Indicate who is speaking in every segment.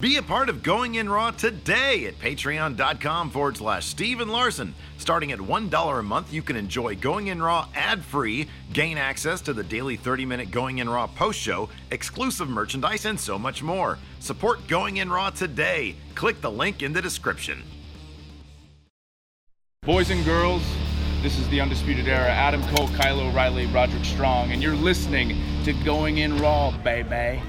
Speaker 1: Be a part of Going In Raw today at patreon.com forward slash Steven Larson. Starting at $1 a month, you can enjoy Going In Raw ad free, gain access to the daily 30 minute Going In Raw post show, exclusive merchandise, and so much more. Support Going In Raw today. Click the link in the description.
Speaker 2: Boys and girls, this is the Undisputed Era. Adam Cole, Kylo Riley, Roderick Strong, and you're listening to Going In Raw, baby.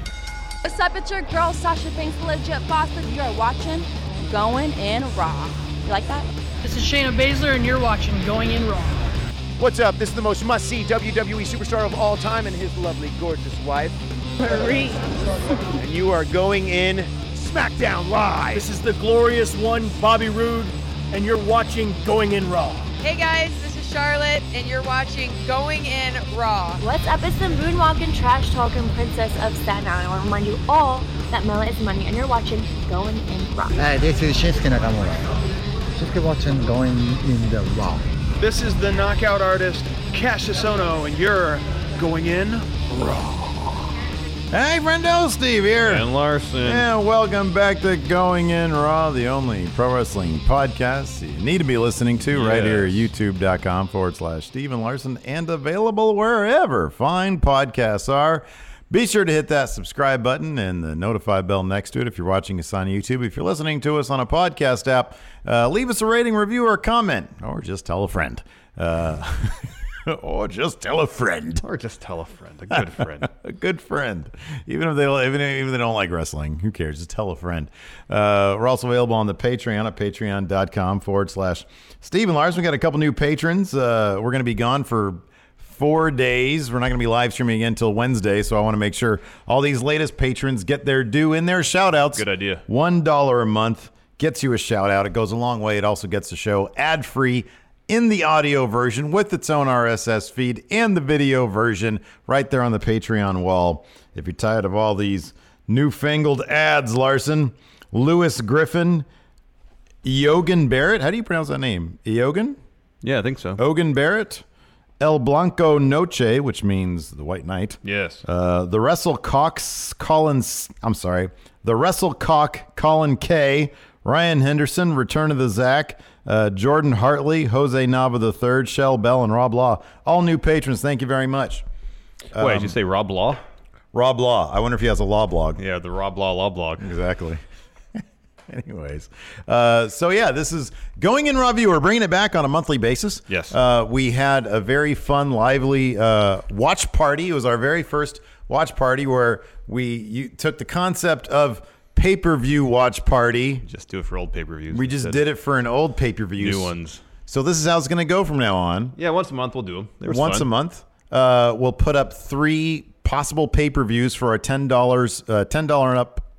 Speaker 3: What's up? It's your girl Sasha Banks, the legit boss. If you're watching, going in raw. You like that?
Speaker 4: This is Shayna Baszler, and you're watching Going In Raw.
Speaker 5: What's up? This is the most must see WWE E superstar of all time and his lovely, gorgeous wife, Marie. and you are going in SmackDown Live.
Speaker 6: This is the glorious one, Bobby Roode, and you're watching Going In Raw.
Speaker 7: Hey guys, this is Charlotte, and you're watching Going In Raw.
Speaker 8: What's up? It's the moonwalking, trash talking princess of Staten Island. I want to remind you all that Mela is money, and you're watching Going in Raw.
Speaker 9: Hi, this is Shinsuke Nakamura. Shinsuke watching going in the raw.
Speaker 10: This is the knockout artist Cassius Ono, and you're going in raw.
Speaker 11: Hey, friendo, Steve here.
Speaker 12: And Larson.
Speaker 11: And welcome back to Going In Raw, the only pro wrestling podcast you need to be listening to right here at youtube.com forward slash Steven Larson and available wherever fine podcasts are. Be sure to hit that subscribe button and the notify bell next to it if you're watching us on YouTube. If you're listening to us on a podcast app, uh, leave us a rating, review, or comment, or just tell a friend. Uh, or just tell a friend.
Speaker 12: Or just tell a friend, a good friend.
Speaker 11: a good friend. Even if they even if, even if they don't like wrestling, who cares? Just tell a friend. Uh, we're also available on the Patreon at patreon.com forward slash Stephen Larson. We got a couple new patrons. Uh, we're going to be gone for four days. We're not going to be live streaming again until Wednesday, so I want to make sure all these latest patrons get their due in their shout outs.
Speaker 12: Good idea.
Speaker 11: $1 a month gets you a shout out. It goes a long way. It also gets the show ad free in the audio version with its own RSS feed and the video version right there on the Patreon wall. If you're tired of all these newfangled ads, Larson, Lewis Griffin, Yogan Barrett, how do you pronounce that name? Yogan?
Speaker 12: Yeah, I think so.
Speaker 11: Ogan Barrett, El Blanco Noche, which means the White Knight.
Speaker 12: Yes.
Speaker 11: Uh, the Wrestle Cox Collins. I'm sorry. The Wrestle Cock Colin K. Ryan Henderson, Return of the Zack, uh, Jordan Hartley, Jose Nava III, Shell Bell, and Rob Law. All new patrons. Thank you very much.
Speaker 12: Wait,
Speaker 11: um,
Speaker 12: did you say Rob Law?
Speaker 11: Rob Law. I wonder if he has a law blog.
Speaker 12: Yeah, the Rob Law Law Blog.
Speaker 11: Exactly. Anyways, uh, so yeah, this is going in review. We're bringing it back on a monthly basis.
Speaker 12: Yes.
Speaker 11: Uh, we had a very fun, lively uh, watch party. It was our very first watch party where we you, took the concept of pay per view watch party.
Speaker 12: Just do it for old pay per views.
Speaker 11: We just did it for an old pay per view.
Speaker 12: New ones.
Speaker 11: So this is how it's going to go from now on.
Speaker 12: Yeah, once a month we'll do them. They were
Speaker 11: Once
Speaker 12: fun.
Speaker 11: a month, uh, we'll put up three possible pay per views for our ten dollars, uh, ten dollar and up,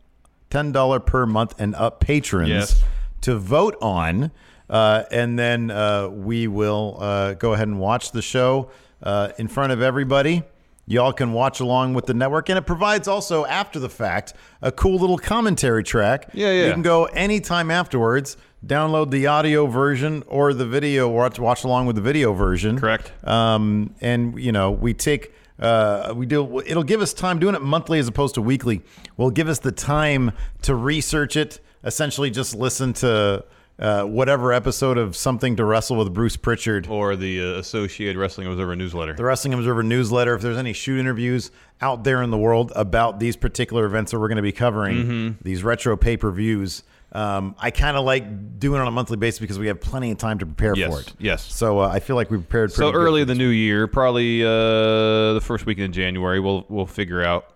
Speaker 11: ten dollar per month and up patrons
Speaker 12: Yes.
Speaker 11: to vote on, uh, and then uh, we will uh, go ahead and watch the show uh, in front of everybody. Y'all can watch along with the network, and it provides also after the fact a cool little commentary track.
Speaker 12: Yeah, yeah.
Speaker 11: You can go anytime afterwards. Download the audio version or the video, or watch, watch along with the video version.
Speaker 12: Correct.
Speaker 11: Um, and you know, we take uh, we do. It'll give us time doing it monthly as opposed to weekly. Will give us the time to research it,
Speaker 13: essentially just listen to uh, whatever episode of something to wrestle with Bruce Pritchard
Speaker 12: or the uh, Associated Wrestling Observer newsletter.
Speaker 13: the Wrestling Observer newsletter. If there's any shoot interviews out there in the world about these particular events that we're going to be covering,
Speaker 12: Mhm.
Speaker 13: these retro pay per views, um, I kind of like doing it on a monthly basis because we have plenty of time to prepare
Speaker 12: Yes,
Speaker 13: for it.
Speaker 12: yes.
Speaker 13: So uh, I feel like we prepared
Speaker 12: So
Speaker 13: pretty good.
Speaker 12: early in the new year, probably uh, the first weekend in January, we'll we'll figure out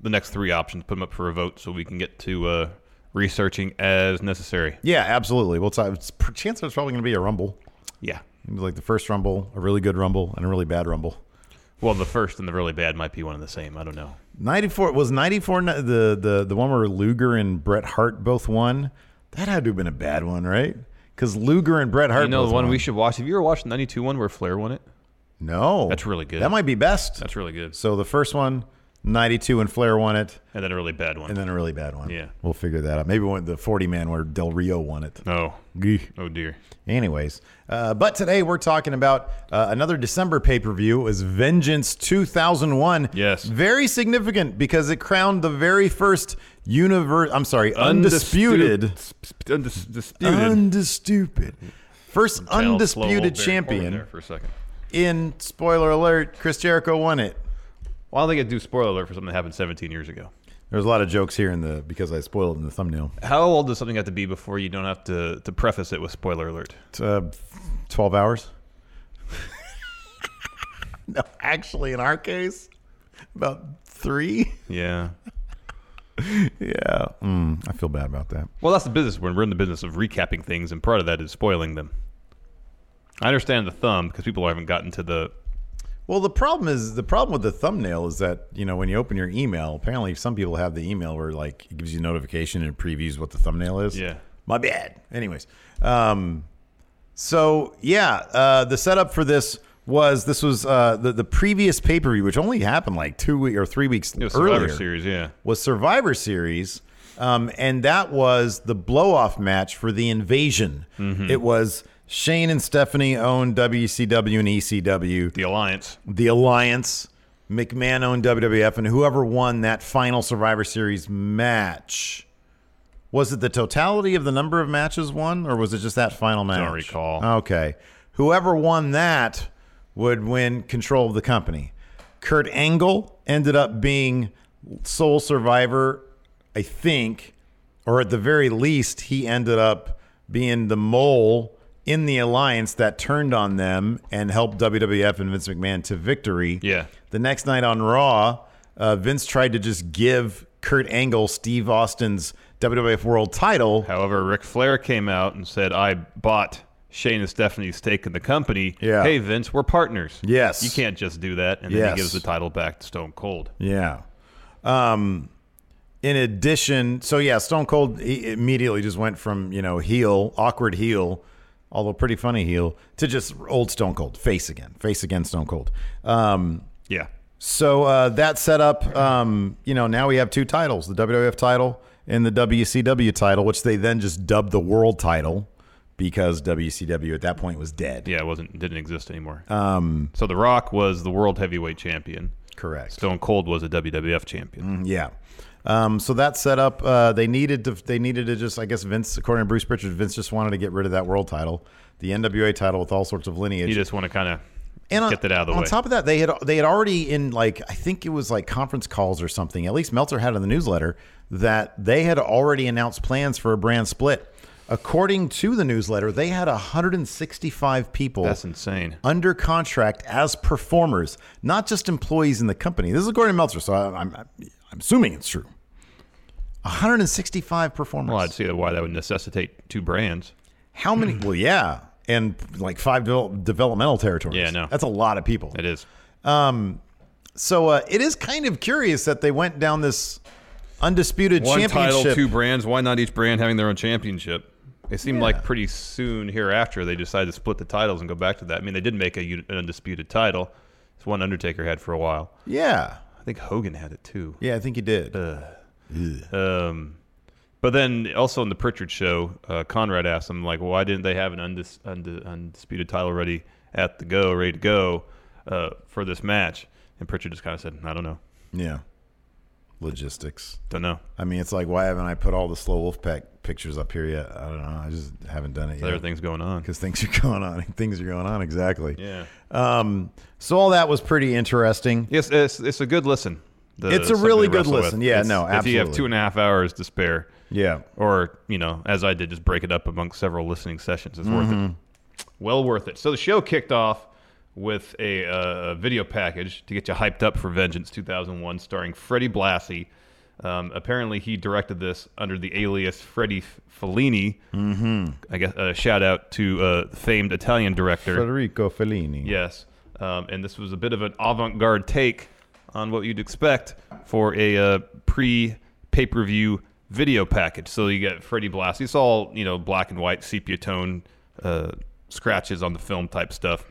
Speaker 12: the next three options, put them up for a vote, so we can get to uh, researching as necessary.
Speaker 13: Yeah, absolutely. We'll talk. It's, per- chance there's probably going to be a rumble.
Speaker 12: Yeah.
Speaker 13: Maybe like the first rumble, a really good rumble, and a really bad rumble.
Speaker 12: Well, the first and the really bad might be one and the same. I don't know.
Speaker 13: 94 was 94 n- the the the one where Luger and Bret Hart both won. That had to have been a bad one, right? Because Luger and Bret Hart.
Speaker 12: you know
Speaker 13: both
Speaker 12: the one
Speaker 13: won.
Speaker 12: we should watch. Have you ever watched the '92 one where Flair won it?
Speaker 13: No,
Speaker 12: That's really good.
Speaker 13: That might be best.
Speaker 12: That's really good.
Speaker 13: So the first one, 92 and Flair won it,
Speaker 12: And then a really bad one.
Speaker 13: and then a really bad one.
Speaker 12: Yeah.
Speaker 13: We'll figure that out. Maybe one the 40 man where Del Rio won it.
Speaker 12: Oh.
Speaker 13: Gee.
Speaker 12: Oh dear.
Speaker 13: Anyways, uh, but today we're talking about uh, another December pay per view is Vengeance 2001. Yes, very significant because it crowned the very first universe. I'm sorry, undisputed,
Speaker 12: Undisputed.
Speaker 13: Undisputed. first
Speaker 12: Tell Flo Wolf
Speaker 13: undisputed
Speaker 12: Baron Corbin
Speaker 13: champion.
Speaker 12: there for a second.
Speaker 13: In spoiler alert, Chris Jericho won it.
Speaker 12: Well, I think I do spoiler alert for something that happened 17 years ago.
Speaker 13: There's a lot of jokes here in the because I spoiled in the thumbnail.
Speaker 12: How old does something have to be before you don't have to, to preface it with spoiler alert?
Speaker 13: It's, uh, 12 hours. no, actually, in our case, about three.
Speaker 12: Yeah.
Speaker 13: yeah. Mm, I feel bad about that.
Speaker 12: Well, that's the business. We're, we're in the business of recapping things, and part of that is spoiling them. I understand the thumb because people haven't gotten to the.
Speaker 13: Well, the problem is the problem with the thumbnail is that you know when you open your email, apparently some people have the email where like it gives you a notification and it previews what the thumbnail is.
Speaker 12: Yeah.
Speaker 13: my bad. Anyways, um, so yeah, uh, the setup for this was this was uh, the the previous pay per view, which only happened like two we- or three weeks
Speaker 12: It was Survivor
Speaker 13: earlier.
Speaker 12: Series, yeah.
Speaker 13: was Survivor Series, um, and that was the blow off match for the Invasion.
Speaker 12: Mm-hmm.
Speaker 13: It was Shane and Stephanie owned WCW and E ECW.
Speaker 12: The Alliance.
Speaker 13: The Alliance. McMahon owned WWF, and whoever won that final Survivor Series match. Was it the totality of the number of matches won, or was it just that final match? Don't recall. Okay. Whoever won that would win control of the company. Kurt Angle ended up being sole survivor, I think, or at the very least, he ended up being the mole in the alliance that turned on them and helped WWF and Vince McMahon to victory. Yeah. The next night on Raw, uh, Vince tried to just give Kurt Angle Steve Austin's WWF World title.
Speaker 12: However, Ric Flair came out and said, I bought Shane and Stephanie's stake in the company.
Speaker 13: Yeah.
Speaker 12: Hey, Vince, we're partners.
Speaker 13: Yes.
Speaker 12: You can't just do that. And then
Speaker 13: Yes.
Speaker 12: he gives the title back to Stone Cold.
Speaker 13: Yeah. Um, in addition, so yeah, Stone Cold he immediately just went from you know heel, awkward heel, although pretty funny heel, to just old Stone Cold face again, face again Stone Cold. Um,
Speaker 12: yeah.
Speaker 13: So uh, that set up, um, you know, now we have two titles: the WWF title and the WCW title, which they then just dubbed the World title because WCW at that point was dead.
Speaker 12: Yeah, it wasn't didn't exist anymore.
Speaker 13: Um,
Speaker 12: So The Rock was the world heavyweight champion.
Speaker 13: Correct.
Speaker 12: Stone Cold was a WWF champion.
Speaker 13: Mm, yeah. Um, so that set up. Uh, they needed to. They needed to just. I guess Vince, according to Bruce Pritchard, Vince just wanted to get rid of that world title, the NWA title with all sorts of lineage.
Speaker 12: You just want to kind of
Speaker 13: And on-
Speaker 12: get that out of the
Speaker 13: on
Speaker 12: way.
Speaker 13: top of that, they had they had already in like I think it was like conference calls or something. At least Meltzer had in the newsletter that they had already announced plans for a brand split. According to the newsletter, they had 165 people. That's
Speaker 12: insane.
Speaker 13: Under contract as performers, not just employees in the company. This is according to Meltzer, so I, I'm I'm assuming it's true. 165 performers.
Speaker 12: well, I'd see why that would necessitate two brands.
Speaker 13: How many? well, yeah, and like five devel- developmental territories. Yeah, no, that's a lot of people. It
Speaker 12: is.
Speaker 13: Um, so uh, it is kind of curious that they went down this undisputed
Speaker 12: One
Speaker 13: championship.
Speaker 12: title, two brands. Why not each brand having their own championship? It seemed like pretty soon hereafter they decided to split the titles and go back to that. I mean, they did make a, uni- an undisputed title. It's one Undertaker had for a while.
Speaker 13: Yeah.
Speaker 12: I think Hogan had it too.
Speaker 13: Yeah, I think he did.
Speaker 12: Um, but then also in the Pritchard show, uh, Conrad asked him like, why didn't they have an undis- und- undisputed title ready at the go, ready to go uh, for this match? And Pritchard just kind of said, I don't know.
Speaker 13: Yeah. logistics.
Speaker 12: Don't know.
Speaker 13: I mean, it's like why haven't I put all the slow wolf pack pictures up here yet? I don't know. I just haven't done it yet.
Speaker 12: Everything's going on
Speaker 13: because things are going on. things are going on exactly.
Speaker 12: Yeah.
Speaker 13: Um. So all that was pretty interesting.
Speaker 12: Yes, it's, it's a good listen. The
Speaker 13: It's a
Speaker 12: something
Speaker 13: really
Speaker 12: to
Speaker 13: good
Speaker 12: wrestle
Speaker 13: listen. Yeah,
Speaker 12: It's-
Speaker 13: no,
Speaker 12: If you have
Speaker 13: absolutely.
Speaker 12: two and a half hours to spare,
Speaker 13: Yeah.
Speaker 12: or you know, as I did, just break it up amongst several listening sessions. It's worth
Speaker 13: Mhm.
Speaker 12: it. Well worth it. So the show kicked off with a uh, video package to get you hyped up for Vengeance 2001, starring Freddie Blassie. Um, apparently, he directed this under the alias Freddie F- Fellini.
Speaker 13: Mm-hmm.
Speaker 12: I guess a shout out to uh, famed Italian director
Speaker 13: Federico Fellini.
Speaker 12: Yes, um, and this was a bit of an avant-garde take on what you'd expect for a uh, pre-pay-per-view video package. So you get Freddie Blassie. It's all you know, black and white, sepia tone uh, scratches on the film type stuff.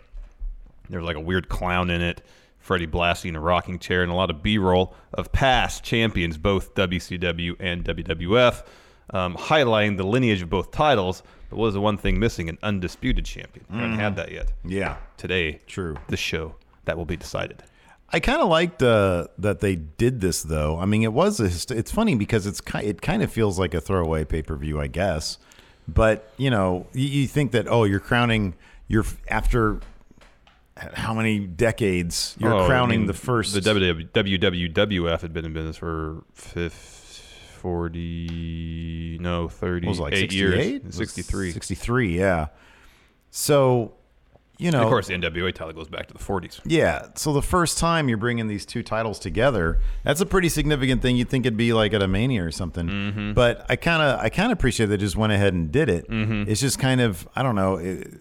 Speaker 12: There's like a weird clown in it. Freddie Blassie in a rocking chair and a lot of B-roll of past champions, both WCW and WWF, um, highlighting the lineage of both titles. But what was the one thing missing? An undisputed champion. We haven't had
Speaker 13: Mhm.
Speaker 12: that yet.
Speaker 13: Yeah.
Speaker 12: Today.
Speaker 13: True.
Speaker 12: The show that will be decided.
Speaker 13: I kind of liked uh, that they did this though. I mean, it was a hist- it's funny because it's ki- it kind of feels like a throwaway pay per view, I guess. But you know, you, you think that oh, you're crowning your f- after h- how many decades you're
Speaker 12: Oh, I
Speaker 13: crowning
Speaker 12: mean,
Speaker 13: the first
Speaker 12: The WW- WWF had been in business for fif- 40, no, 38
Speaker 13: what was it, like
Speaker 12: years.
Speaker 13: 68?
Speaker 12: 63.
Speaker 13: 63, yeah. So, you
Speaker 12: And
Speaker 13: know,
Speaker 12: of course, the NWA title goes back to the 40s.
Speaker 13: Yeah. So the first time you're bringing these two titles together, that's a pretty significant thing. You'd think it'd be like at a mania or something.
Speaker 12: Mm-hmm.
Speaker 13: But I kind of, I kind of appreciate they just went ahead and did it.
Speaker 12: Mm-hmm.
Speaker 13: It's just kind of, I don't know. It,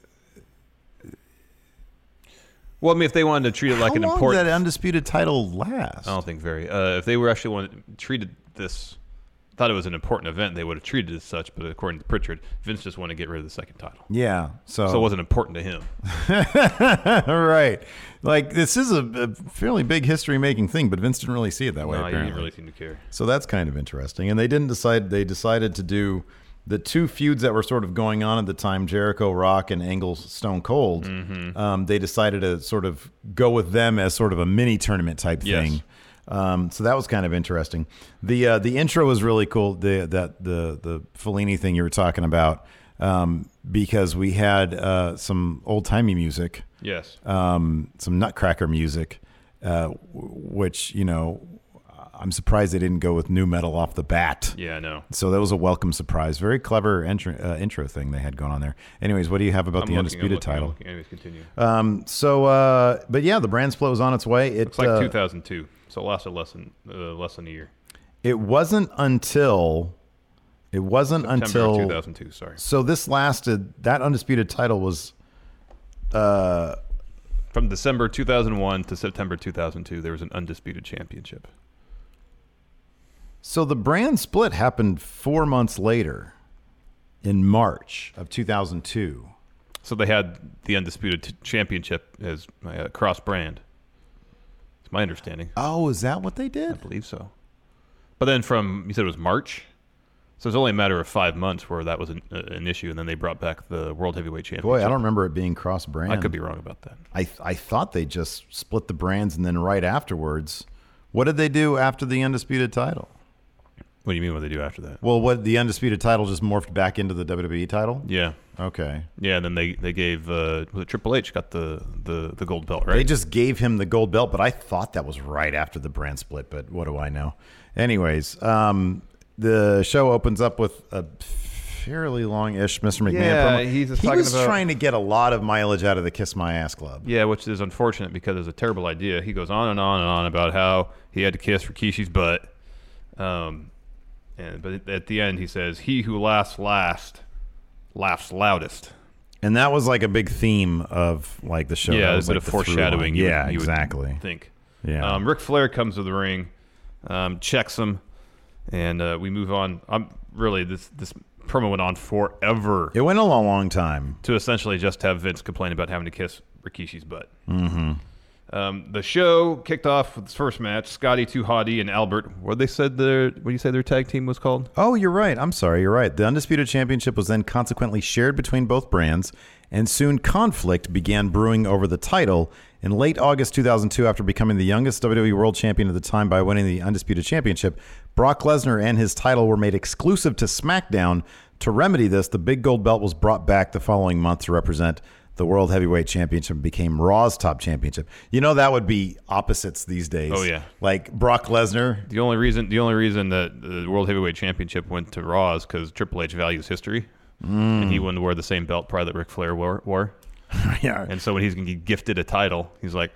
Speaker 12: Well, I mean, if they wanted to treat it like
Speaker 13: how
Speaker 12: an
Speaker 13: long
Speaker 12: important
Speaker 13: did that undisputed title last?
Speaker 12: I don't think very. Uh, if they were actually wanted, treated this, thought it was an important event, they would have treated it as such. But according to Pritchard, Vince just wanted to get rid of the second title.
Speaker 13: Yeah. So,
Speaker 12: so it wasn't important to him.
Speaker 13: right. Like this is a, a fairly big history making thing, but Vince didn't really see it that way.
Speaker 12: No, he didn't
Speaker 13: apparently.
Speaker 12: really seem to care.
Speaker 13: So that's kind of interesting. And they didn't decide. They decided to do the two feuds that were sort of going on at the time: Jericho, Rock, and Angle, Stone Cold. Um, they decided to sort of go with them as sort of a mini tournament type
Speaker 12: Yes.
Speaker 13: thing. Um, so that was kind of interesting. The uh, the intro was really cool. The that the the Fellini thing you were talking about um, because we had uh, some old timey music.
Speaker 12: Yes.
Speaker 13: Um, some Nutcracker music, uh, w- which you know, I'm surprised they didn't go with new metal off the bat.
Speaker 12: Yeah, I know.
Speaker 13: So that was a welcome surprise. Very clever entry, uh, intro thing they had going on there. Anyways, what do you have about
Speaker 12: I'm
Speaker 13: the
Speaker 12: looking, I'm
Speaker 13: undisputed
Speaker 12: looking, I'm
Speaker 13: title?
Speaker 12: looking. Anyways, continue.
Speaker 13: Um, so, uh, but yeah, the brand split was on its way. It
Speaker 12: It's like
Speaker 13: uh,
Speaker 12: 2002, so it lasted less than uh, less than a year.
Speaker 13: It wasn't until it wasn't
Speaker 12: September of
Speaker 13: until
Speaker 12: 2002, sorry.
Speaker 13: So this lasted. That undisputed title was uh,
Speaker 12: From December 2001 to September 2002, there was an undisputed championship.
Speaker 13: So the brand split happened four months later, in March of 2002.
Speaker 12: So they had the undisputed t- championship as uh, cross brand. It's my understanding.
Speaker 13: Oh, is that what they did? I
Speaker 12: believe so. But then from you said it was March, so it's only a matter of five months where that was an, uh, an issue, and then they brought back the world heavyweight championship.
Speaker 13: Boy, I don't remember it being cross brand.
Speaker 12: I could be wrong about that.
Speaker 13: I I thought they just split the brands and then right afterwards. What did they do after the undisputed title?
Speaker 12: What do you mean what they do after that?
Speaker 13: Well, what the undisputed title just morphed back into the WWE title.
Speaker 12: Yeah.
Speaker 13: Okay.
Speaker 12: Yeah, and then they they gave uh, was it Triple H got the the the gold belt, right?
Speaker 13: They just gave him the gold belt, but I thought that was right after the brand split, but what do I know? Anyways, um, the show opens up with a fairly long ish Mr. McMahon
Speaker 12: Yeah,
Speaker 13: promo.
Speaker 12: he's just
Speaker 13: he
Speaker 12: talking
Speaker 13: was
Speaker 12: about-
Speaker 13: trying to get a lot of mileage out of the Kiss My Ass Club.
Speaker 12: Yeah, which is unfortunate because it's a terrible idea. He goes on and on and on about how he had to kiss Rikishi's butt. Um, and but at the end he says, "He who laughs last laughs loudest."
Speaker 13: And that was like a big theme of like the show.
Speaker 12: yeah,
Speaker 13: That
Speaker 12: there's
Speaker 13: was,
Speaker 12: a bit
Speaker 13: like,
Speaker 12: of
Speaker 13: the through
Speaker 12: foreshadowing.
Speaker 13: line.
Speaker 12: you would-
Speaker 13: yeah,
Speaker 12: you would
Speaker 13: exactly.
Speaker 12: think.
Speaker 13: Yeah.
Speaker 12: Um, Ric Flair comes to the ring, um, checks him, and uh, we move on. I'm really this this promo went on forever
Speaker 13: It went a long, long time.
Speaker 12: to essentially just have Vince complain about having to kiss Rikishi's butt.
Speaker 13: Mm-hmm.
Speaker 12: Um, the show kicked off with its first match: Scotty Too Hottie and Albert. What they said their what do you say their tag team was called?
Speaker 13: Oh, you're right. I'm sorry. You're right. The Undisputed Championship was then consequently shared between both brands, and soon conflict began brewing over the title. In late August 2002, after becoming the youngest WWE World Champion at the time by winning the Undisputed Championship, Brock Lesnar and his title were made exclusive to SmackDown. To remedy this, the big gold belt was brought back the following month to represent the World Heavyweight Championship and became Raw's top championship. You know that would be opposites these days.
Speaker 12: Oh, yeah.
Speaker 13: like Brock Lesnar.
Speaker 12: The only reason the only reason that the World Heavyweight Championship went to Raw is because Triple H values history,
Speaker 13: Mm.
Speaker 12: and he wanted to wear the same belt probably that Ric Flair wore. wore.
Speaker 13: yeah,
Speaker 12: and so when he's gonna get gifted a title, he's like,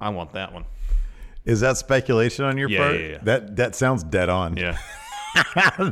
Speaker 12: "I want that one."
Speaker 13: Is that speculation on your
Speaker 12: Yeah,
Speaker 13: part?
Speaker 12: yeah, yeah.
Speaker 13: That that sounds dead on.
Speaker 12: Yeah.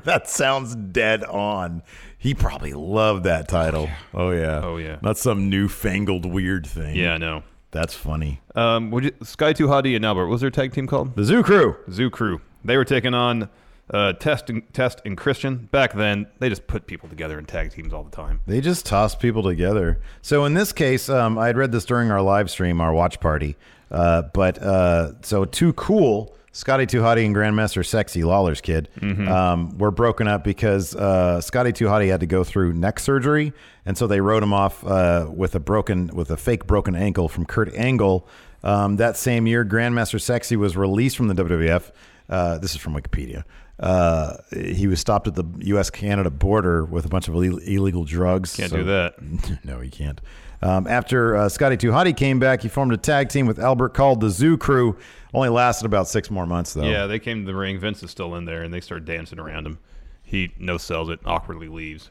Speaker 13: that sounds dead on. He probably loved that title. Oh yeah.
Speaker 12: Oh, yeah.
Speaker 13: Not some newfangled weird thing.
Speaker 12: Yeah, I know.
Speaker 13: That's funny.
Speaker 12: Um, would you, Sky Too Hottie and Albert, what was their tag team called?
Speaker 13: The Zoo Crew.
Speaker 12: Zoo Crew. They were taking on uh, Test and Test and Christian. Back then, they just put people together in tag teams all the time.
Speaker 13: They just toss people together. So in this case, um, I had read this during our live stream, our watch party. Uh, but uh, so too cool, Scotty Too Hottie and Grandmaster Sexy Lawler's kid um, were broken up because uh, Scotty Too Hottie had to go through neck surgery, and so they rode him off uh, with a broken with a fake broken ankle from Kurt Angle. Um, that same year, Grandmaster Sexy was released from the WWF. Uh, this is from Wikipedia. Uh, he was stopped at the U.S. Canada border with a bunch of Ill- illegal drugs.
Speaker 12: Can't do
Speaker 13: that. no, he can't. Um, after uh, Scotty Tuhati came back, he formed a tag team with Albert called the Zoo Crew. Only lasted about six more months, though.
Speaker 12: Yeah, they came to the ring. Vince is still in there, and they start dancing around him. He no sells it, awkwardly leaves.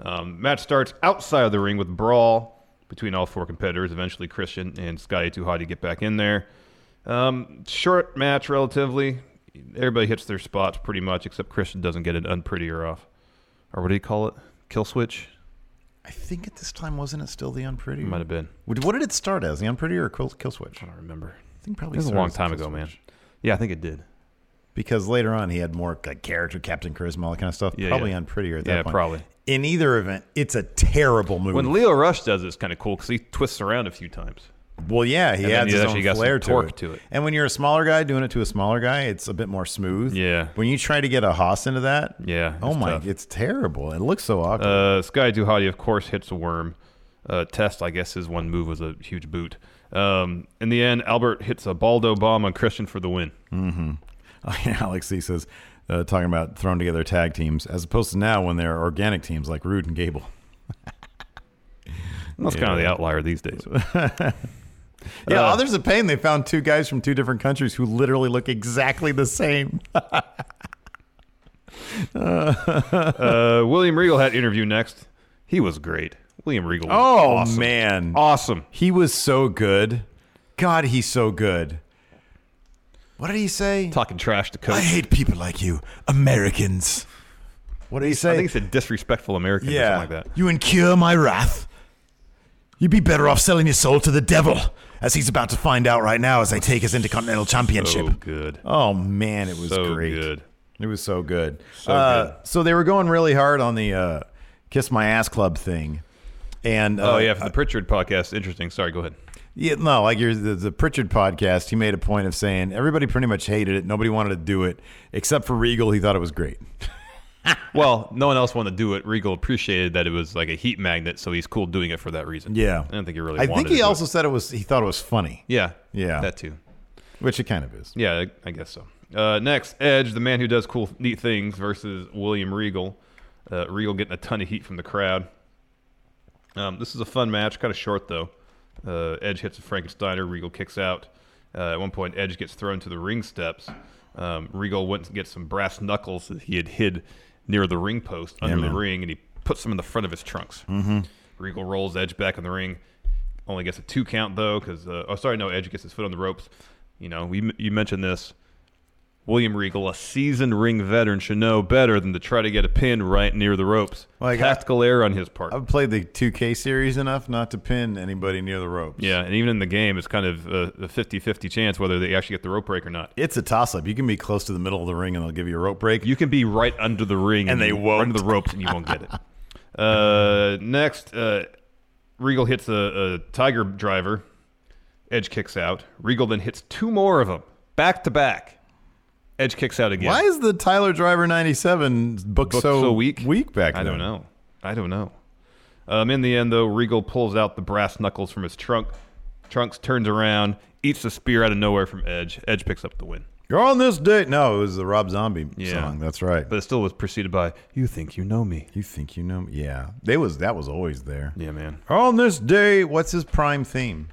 Speaker 12: Um, match starts outside of the ring with a brawl between all four competitors. Eventually, Christian and Sky Tuhati get back in there. Um, short match, relatively. Everybody hits their spots pretty much, except Christian doesn't get an unprettier off. Or what do you call it? Kill switch?
Speaker 13: I think at this time, wasn't it still the Unpretty?
Speaker 12: Might have been.
Speaker 13: What what did it start as? The Unpretty or Kill, kill Switch? I
Speaker 12: don't remember.
Speaker 13: I think probably
Speaker 12: This was a
Speaker 13: started
Speaker 12: long
Speaker 13: as
Speaker 12: time
Speaker 13: Kill
Speaker 12: ago, man.
Speaker 13: Switch.
Speaker 12: Yeah, I think it did.
Speaker 13: Because later on, he had more like character, Captain Charisma, all that kind of stuff.
Speaker 12: Yeah,
Speaker 13: probably
Speaker 12: yeah.
Speaker 13: Unprettier at that
Speaker 12: Yeah,
Speaker 13: point.
Speaker 12: probably.
Speaker 13: In either event, it's a terrible movie.
Speaker 12: When Leo Rush does it, it's kind of cool because he twists around a few times.
Speaker 13: Well, yeah, he
Speaker 12: And then
Speaker 13: adds
Speaker 12: he's
Speaker 13: his
Speaker 12: actually
Speaker 13: own
Speaker 12: got some
Speaker 13: flair to,
Speaker 12: torque
Speaker 13: it.
Speaker 12: to it.
Speaker 13: And when you're a smaller guy doing it to a smaller guy, it's a bit more smooth.
Speaker 12: Yeah.
Speaker 13: When you try to get a Haas into that,
Speaker 12: Yeah.
Speaker 13: oh
Speaker 12: it's
Speaker 13: my,
Speaker 12: tough.
Speaker 13: it's terrible. It looks so awkward.
Speaker 12: Uh, Sky Duhati, of course, hits a worm. Uh, Test, I guess, his one move was a huge boot. Um, in the end, Albert hits a Baldo bomb on Christian for the win.
Speaker 13: Mm-hmm. Alex C says, uh, talking about thrown together tag teams, as opposed to now when they're organic teams like Rude and Gable.
Speaker 12: That's kind of the outlier these days.
Speaker 13: Yeah,
Speaker 12: Uh,
Speaker 13: others of pain. They found two guys from two different countries who literally look exactly the same.
Speaker 12: uh, William Regal had interview next. He was great. William Regal. Was
Speaker 13: Oh
Speaker 12: awesome.
Speaker 13: man,
Speaker 12: awesome!
Speaker 13: He was so good. God, he's so good. What did he say?
Speaker 12: Talking trash to coach.
Speaker 13: I hate people like you, Americans. What did he say?
Speaker 12: I think it's a disrespectful American
Speaker 13: Yeah.
Speaker 12: or something like that.
Speaker 13: You incur my wrath. You'd be better off selling your soul to the devil, as he's about to find out right now as they take his Intercontinental Championship.
Speaker 12: So good.
Speaker 13: Oh man, it was
Speaker 12: So
Speaker 13: great.
Speaker 12: good.
Speaker 13: It was so good.
Speaker 12: So
Speaker 13: Uh, so they were going really hard on the uh, Kiss My Ass Club thing. And uh,
Speaker 12: oh yeah, for the Pritchard podcast. Interesting. Sorry, go ahead.
Speaker 13: yeah, no, like your the, the Pritchard podcast, he made a point of saying everybody pretty much hated it. Nobody wanted to do it except for Regal. He thought it was great.
Speaker 12: Well, no one else wanted to do it. Regal appreciated that it was like a heat magnet, so he's cool doing it for that reason. I
Speaker 13: Yeah.
Speaker 12: don't think he really.
Speaker 13: I
Speaker 12: wanted
Speaker 13: think
Speaker 12: to
Speaker 13: he
Speaker 12: do
Speaker 13: also said it was he thought it was funny.
Speaker 12: It. Yeah.
Speaker 13: Yeah.
Speaker 12: That too.
Speaker 13: Which it kind of is.
Speaker 12: Yeah, I- I guess so. Uh, next, Edge, the man who does cool, neat things, versus William Regal. Uh, Regal getting a ton of heat from the crowd. Um, this is a fun match, kind of short though. Uh, Edge hits a Frankensteiner. Regal kicks out. Uh, at one point, Edge gets thrown to the ring steps. Um, Regal went and gets some brass knuckles that he had hid near the ring post
Speaker 13: Yeah,
Speaker 12: under the
Speaker 13: man.
Speaker 12: ring, and he puts them in the front of his trunks.
Speaker 13: Mhm.
Speaker 12: Regal rolls Edge back in the ring. Only gets a two count though, because uh, oh sorry, no, Edge gets his foot on the ropes. You know, we you mentioned this. William Regal, a seasoned ring veteran, should know better than to try to get a pin right near the ropes.
Speaker 13: Like, I-
Speaker 12: Tactical error on his part.
Speaker 13: I've played the 2K series enough not to pin anybody near the rope.
Speaker 12: Yeah, and even in the game, it's kind of a 50 50 chance whether they actually get the rope break or not.
Speaker 13: It's a toss up. You can be close to the middle of the ring and they'll give you a rope break.
Speaker 12: You can be right under the ring
Speaker 13: And they
Speaker 12: you-
Speaker 13: won't.
Speaker 12: Under the ropes and you won't get it. Uh, next, uh, Regal hits a, a Tiger driver. Edge kicks out. Regal then hits two more of them back to back. Edge kicks out again.
Speaker 13: Why is the Tyler Driver 97 book
Speaker 12: Booked
Speaker 13: so,
Speaker 12: so
Speaker 13: weak? Weak back
Speaker 12: I
Speaker 13: then?
Speaker 12: don't know. I don't know. Um, in the end, though, Regal pulls out the brass knuckles from his trunk. Trunks turns around, eats the spear out of nowhere from Edge. Edge picks up the win.
Speaker 13: You're on this date. No, it was the Rob Zombie
Speaker 12: Yeah.
Speaker 13: song. That's right.
Speaker 12: But it still was preceded by "You think you know me."
Speaker 13: You think you know me? Yeah, they was that was always there.
Speaker 12: Yeah, man.
Speaker 13: On this day, what's his prime theme?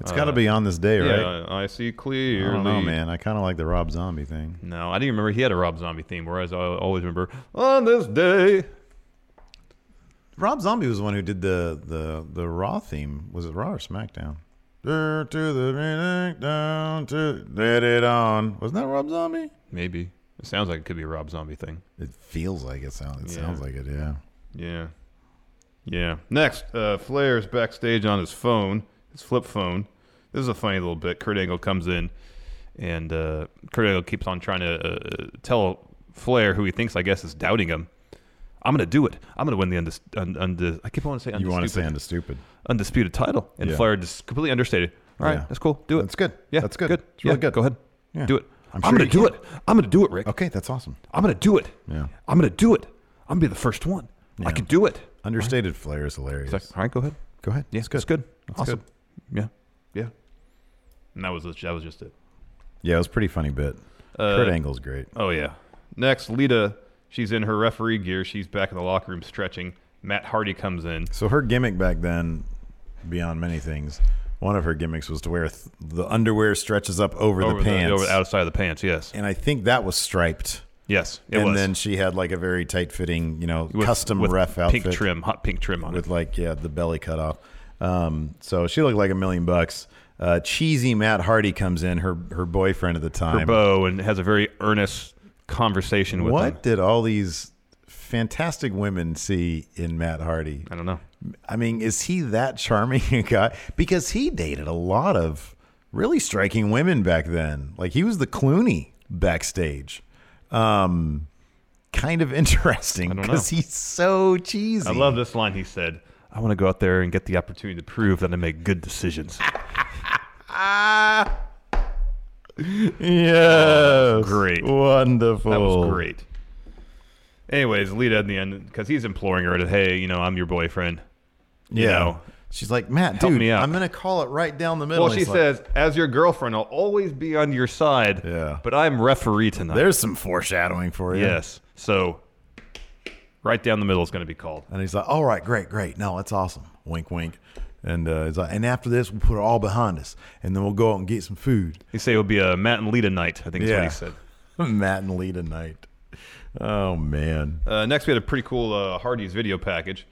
Speaker 13: It's got to
Speaker 12: Uh,
Speaker 13: be on this day, right?
Speaker 12: Yeah, I see clearly.
Speaker 13: I don't know, man. I kind of like the Rob Zombie thing.
Speaker 12: No, I didn't remember he had a Rob Zombie theme, whereas I always remember on this day.
Speaker 13: Rob Zombie was the one who did the the the Raw theme. Was it Raw or SmackDown? Dur, To the beginning, down to let it on. Wasn't that Rob Zombie?
Speaker 12: Maybe it sounds like it could be a Rob Zombie thing.
Speaker 13: It feels like it sounds. It
Speaker 12: Yeah.
Speaker 13: sounds like it. Yeah.
Speaker 12: Yeah. Yeah. Next, uh, Flair's backstage on his phone, his flip phone. This is a funny little bit. Kurt Angle comes in, and uh, Kurt Angle keeps on trying to uh, tell Flair, who he thinks, I guess, is doubting him, I'm going to do it. I'm going to win the undis- un- undis- I keep wanting to say
Speaker 13: You
Speaker 12: undisputed.
Speaker 13: want to say undisputed?
Speaker 12: undisputed title. And
Speaker 13: Yeah.
Speaker 12: Flair just completely understated. All right,
Speaker 13: Yeah.
Speaker 12: that's cool. Do it.
Speaker 13: That's good.
Speaker 12: Yeah,
Speaker 13: That's good.
Speaker 12: Good.
Speaker 13: It's really
Speaker 12: Yeah,
Speaker 13: good.
Speaker 12: Go ahead.
Speaker 13: Yeah.
Speaker 12: Do it.
Speaker 13: I'm
Speaker 12: I'm,
Speaker 13: sure
Speaker 12: going
Speaker 13: you
Speaker 12: to do
Speaker 13: can.
Speaker 12: it. I'm going to do it, Rick.
Speaker 13: Okay, that's awesome.
Speaker 12: I'm going to do it.
Speaker 13: Yeah.
Speaker 12: I'm going to do it. I'm going to be the first one.
Speaker 13: Yeah.
Speaker 12: I can do it.
Speaker 13: Understated Flair is hilarious.
Speaker 12: It's like, all right, go ahead.
Speaker 13: Go ahead.
Speaker 12: Yeah,
Speaker 13: it's good.
Speaker 12: It's good.
Speaker 13: That's
Speaker 12: awesome.
Speaker 13: good.
Speaker 12: Yeah. Yeah. And that was that was just it.
Speaker 13: Yeah, it was a pretty funny bit.
Speaker 12: Uh,
Speaker 13: Kurt Angle's great.
Speaker 12: Oh yeah. Next, Lita. She's in her referee gear. She's back in the locker room stretching. Matt Hardy comes in.
Speaker 13: So her gimmick back then, beyond many things, one of her gimmicks was to wear th- the underwear stretches up over, the pants,
Speaker 12: over the outside of the pants. Yes.
Speaker 13: and I think that was striped.
Speaker 12: Yes. It
Speaker 13: and
Speaker 12: was.
Speaker 13: then she had like a very tight fitting, you know,
Speaker 12: With-
Speaker 13: custom
Speaker 12: with
Speaker 13: ref outfit,
Speaker 12: pink trim, hot pink trim on
Speaker 13: with like yeah the belly cut off. Um, so she looked like a million bucks. Uh, cheesy Matt Hardy comes in, her her boyfriend at the
Speaker 12: her
Speaker 13: time.
Speaker 12: bow and has a very earnest conversation with
Speaker 13: what
Speaker 12: him.
Speaker 13: did all these fantastic women see in Matt Hardy?
Speaker 12: I don't know.
Speaker 13: I mean, is he that charming a guy? Because he dated a lot of really striking women back then. Like he was the Clooney backstage. Um, kind of interesting
Speaker 12: don't know.
Speaker 13: because he's so cheesy.
Speaker 12: I love this line he said. I want to go out there and get the opportunity to prove that I make good decisions.
Speaker 13: Ah. Yes.
Speaker 12: Great.
Speaker 13: Wonderful.
Speaker 12: That was great. Anyways, Lita in the end, because he's imploring her to, hey, you know, I'm your boyfriend. You
Speaker 13: Yeah.
Speaker 12: know.
Speaker 13: She's like, Matt,
Speaker 12: Help
Speaker 13: dude,
Speaker 12: me out.
Speaker 13: I'm going to call it right down the middle.
Speaker 12: Well,
Speaker 13: And
Speaker 12: she
Speaker 13: he's like,
Speaker 12: says, as your girlfriend, I'll always be on your side. Yeah. But I'm referee tonight.
Speaker 13: There's some foreshadowing for you.
Speaker 12: Yes. So, right down the middle is going to be called.
Speaker 13: And he's like, all right, great, great. No, that's awesome. Wink, wink. And uh, he's like, and after this, we'll put it all behind us. And then we'll go out and get some food.
Speaker 12: He say it will be a Matt and Lita night, I think is what
Speaker 13: Yeah.
Speaker 12: he said.
Speaker 13: Matt and Lita night. Oh, man.
Speaker 12: Uh, next, we had a pretty cool uh, Hardy's video package.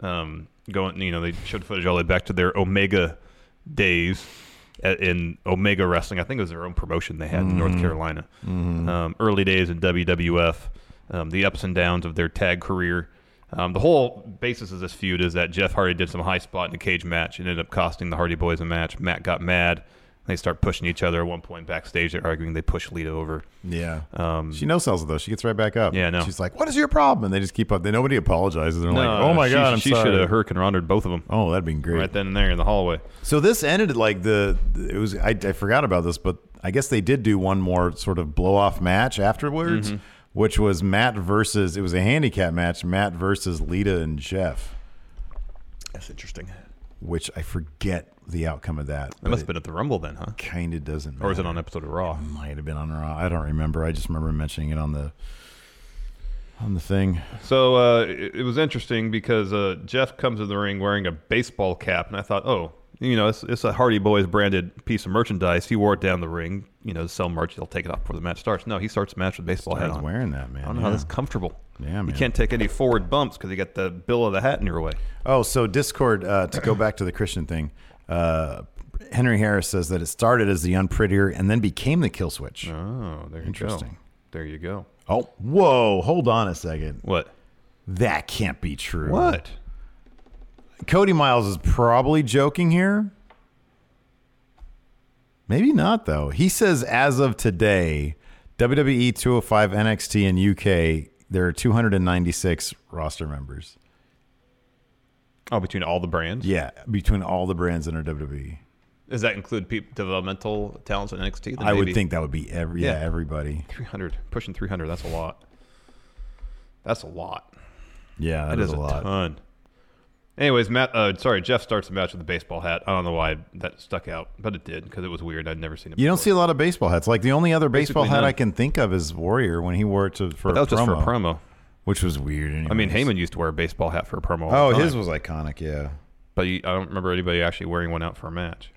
Speaker 12: Um, going, you know, they showed footage all the way back to their Omega days at, in Omega Wrestling. I think it was their own promotion they had in North
Speaker 13: Mhm.
Speaker 12: Carolina.
Speaker 13: Mhm.
Speaker 12: Um, early days in WWF, um, the ups and downs of their tag career. Um, the whole basis of this feud is that Jeff Hardy did some high spot in a cage match and ended up costing the Hardy Boys a match. Matt got mad. They start pushing each other at one point backstage. They're arguing. They push Lita over.
Speaker 13: Yeah.
Speaker 12: Um,
Speaker 13: She no sells it, though. She gets right back up.
Speaker 12: Yeah, I know.
Speaker 13: She's like, what is your problem? And they just keep up. They, nobody apologizes. They're like, oh, my
Speaker 12: Uh, she,
Speaker 13: God, I'm
Speaker 12: she
Speaker 13: sorry.
Speaker 12: should have hurricane rondered both of them.
Speaker 13: Oh, that'd been great.
Speaker 12: Right then and there in the hallway.
Speaker 13: So this ended like the it was I, I forgot about this, but I guess they did do one more sort of blow off match afterwards,
Speaker 12: Mhm.
Speaker 13: which was Matt versus it was a handicap match, Matt versus Lita and Jeff,
Speaker 12: That's interesting.
Speaker 13: which I forget the outcome of that.
Speaker 12: That must have been at the Rumble then, huh?
Speaker 13: Kind of doesn't matter.
Speaker 12: Or is it on episode of Raw?
Speaker 13: Might have been on Raw. I don't remember. I just remember mentioning it on the on the thing.
Speaker 12: So uh, it, it was interesting because uh, Jeff comes in the ring wearing a baseball cap, and I thought, oh, you know, it's, it's a Hardy Boys branded piece of merchandise. He wore it down the ring, you know, to sell merch. He'll take it off before the match starts. No, he starts the match with a baseball hat
Speaker 13: Starts
Speaker 12: on.
Speaker 13: wearing that, man.
Speaker 12: I don't know
Speaker 13: Yeah.
Speaker 12: how that's comfortable.
Speaker 13: Yeah,
Speaker 12: You
Speaker 13: man.
Speaker 12: can't take any forward bumps because you got the bill of the hat in your way.
Speaker 13: Oh, so Discord, uh, to go back to the Christian thing, uh, Henry Harris says that it started as the unprettier and then became the kill switch.
Speaker 12: Oh, there you
Speaker 13: Interesting.
Speaker 12: go. There you go.
Speaker 13: Oh, whoa, hold on a second.
Speaker 12: What?
Speaker 13: That can't be true.
Speaker 12: What?
Speaker 13: Cody Miles is probably joking here. Maybe not, though. He says as of today, E WWE 205 NXT and UK, there are 296 roster members.
Speaker 12: Oh, between all the brands?
Speaker 13: Yeah, between all the brands in our WWE.
Speaker 12: Does that include peop developmental talents in NXT? Then
Speaker 13: I would
Speaker 12: maybe.
Speaker 13: think that would be every yeah,
Speaker 12: Yeah.
Speaker 13: everybody.
Speaker 12: 300, pushing 300. That's a lot. That's a lot.
Speaker 13: Yeah,
Speaker 12: that is, a, lot. ton. Anyways, Matt, uh, sorry, Jeff starts the match with a baseball hat. I don't know why that stuck out, but it did because it was weird. I'd never seen it.
Speaker 13: You don't see a lot of baseball hats. Like the only other baseball
Speaker 12: Basically
Speaker 13: hat
Speaker 12: none.
Speaker 13: I can think of is Warrior when he wore it to, for
Speaker 12: But that
Speaker 13: a
Speaker 12: was just for a
Speaker 13: promo,
Speaker 12: promo.
Speaker 13: which was weird. Anyways.
Speaker 12: I mean, Heyman used to wear a baseball hat for a promo. all
Speaker 13: Oh,
Speaker 12: the
Speaker 13: his
Speaker 12: time.
Speaker 13: was iconic. Yeah.
Speaker 12: but you, I don't remember anybody actually wearing one out for a match.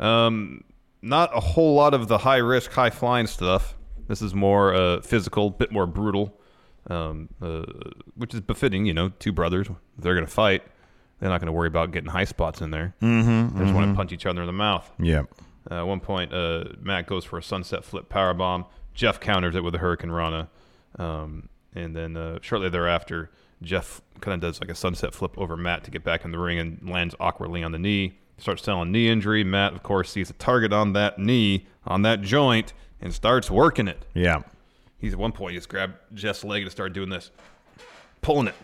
Speaker 12: Um, not a whole lot of the high risk, high flying stuff. This is more uh, physical, bit more brutal, um, uh, which is befitting. You know, two brothers, they're going to fight. They're not going to worry about getting high spots in there.
Speaker 13: Mhm,
Speaker 12: they just want
Speaker 13: mhm.
Speaker 12: to punch each other in the mouth.
Speaker 13: Yep.
Speaker 12: Uh, at one point, uh, Matt goes for a sunset flip power bomb. Jeff counters it with a Hurricane Rana, um, and then uh, shortly thereafter, Jeff kind of does like a sunset flip over Matt to get back in the ring and lands awkwardly on the knee. Starts selling knee injury. Matt, of course, sees a target on that knee, on that joint, and starts working it.
Speaker 13: Yeah.
Speaker 12: He's at one point he just grabbed Jeff's leg and started doing this, pulling it.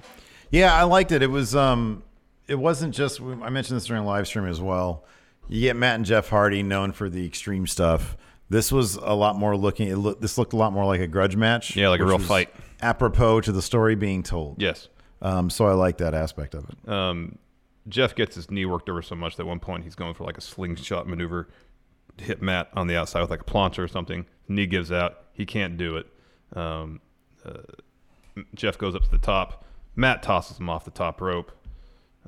Speaker 13: Yeah, I liked it. It was um, it wasn't just. I mentioned this during live stream as well. You get Matt and Jeff Hardy known for the extreme stuff. This was a lot more looking. It look, this looked a lot more like a grudge match.
Speaker 12: Yeah, like a
Speaker 13: which
Speaker 12: real
Speaker 13: was
Speaker 12: fight.
Speaker 13: Apropos to the story being told.
Speaker 12: Yes.
Speaker 13: Um, so I like that aspect of it.
Speaker 12: Um, Jeff gets his knee worked over so much that at one point he's going for like a slingshot maneuver, to hit Matt on the outside with like a plancha or something. Knee gives out. He can't do it. Um, uh, Jeff goes up to the top. Matt tosses him off the top rope.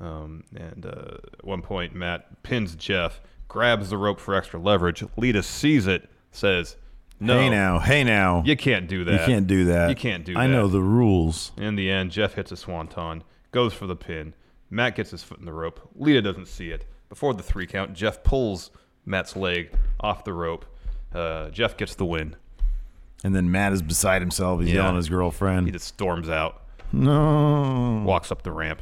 Speaker 12: Um, and uh, at one point, Matt pins Jeff, grabs the rope for extra leverage. Lita sees it, says, "No,
Speaker 13: Hey now, hey now.
Speaker 12: you can't do that.
Speaker 13: You can't do that.
Speaker 12: You can't do that."
Speaker 13: I know the rules.
Speaker 12: In the end, Jeff hits a swanton, goes for the pin. Matt gets his foot in the rope. Lita doesn't see it. Before the three count, Jeff pulls Matt's leg off the rope. Uh, Jeff gets the win.
Speaker 13: And then Matt is beside himself. He's
Speaker 12: Yeah.
Speaker 13: yelling at his girlfriend.
Speaker 12: He just storms out,
Speaker 13: no.
Speaker 12: walks up the ramp.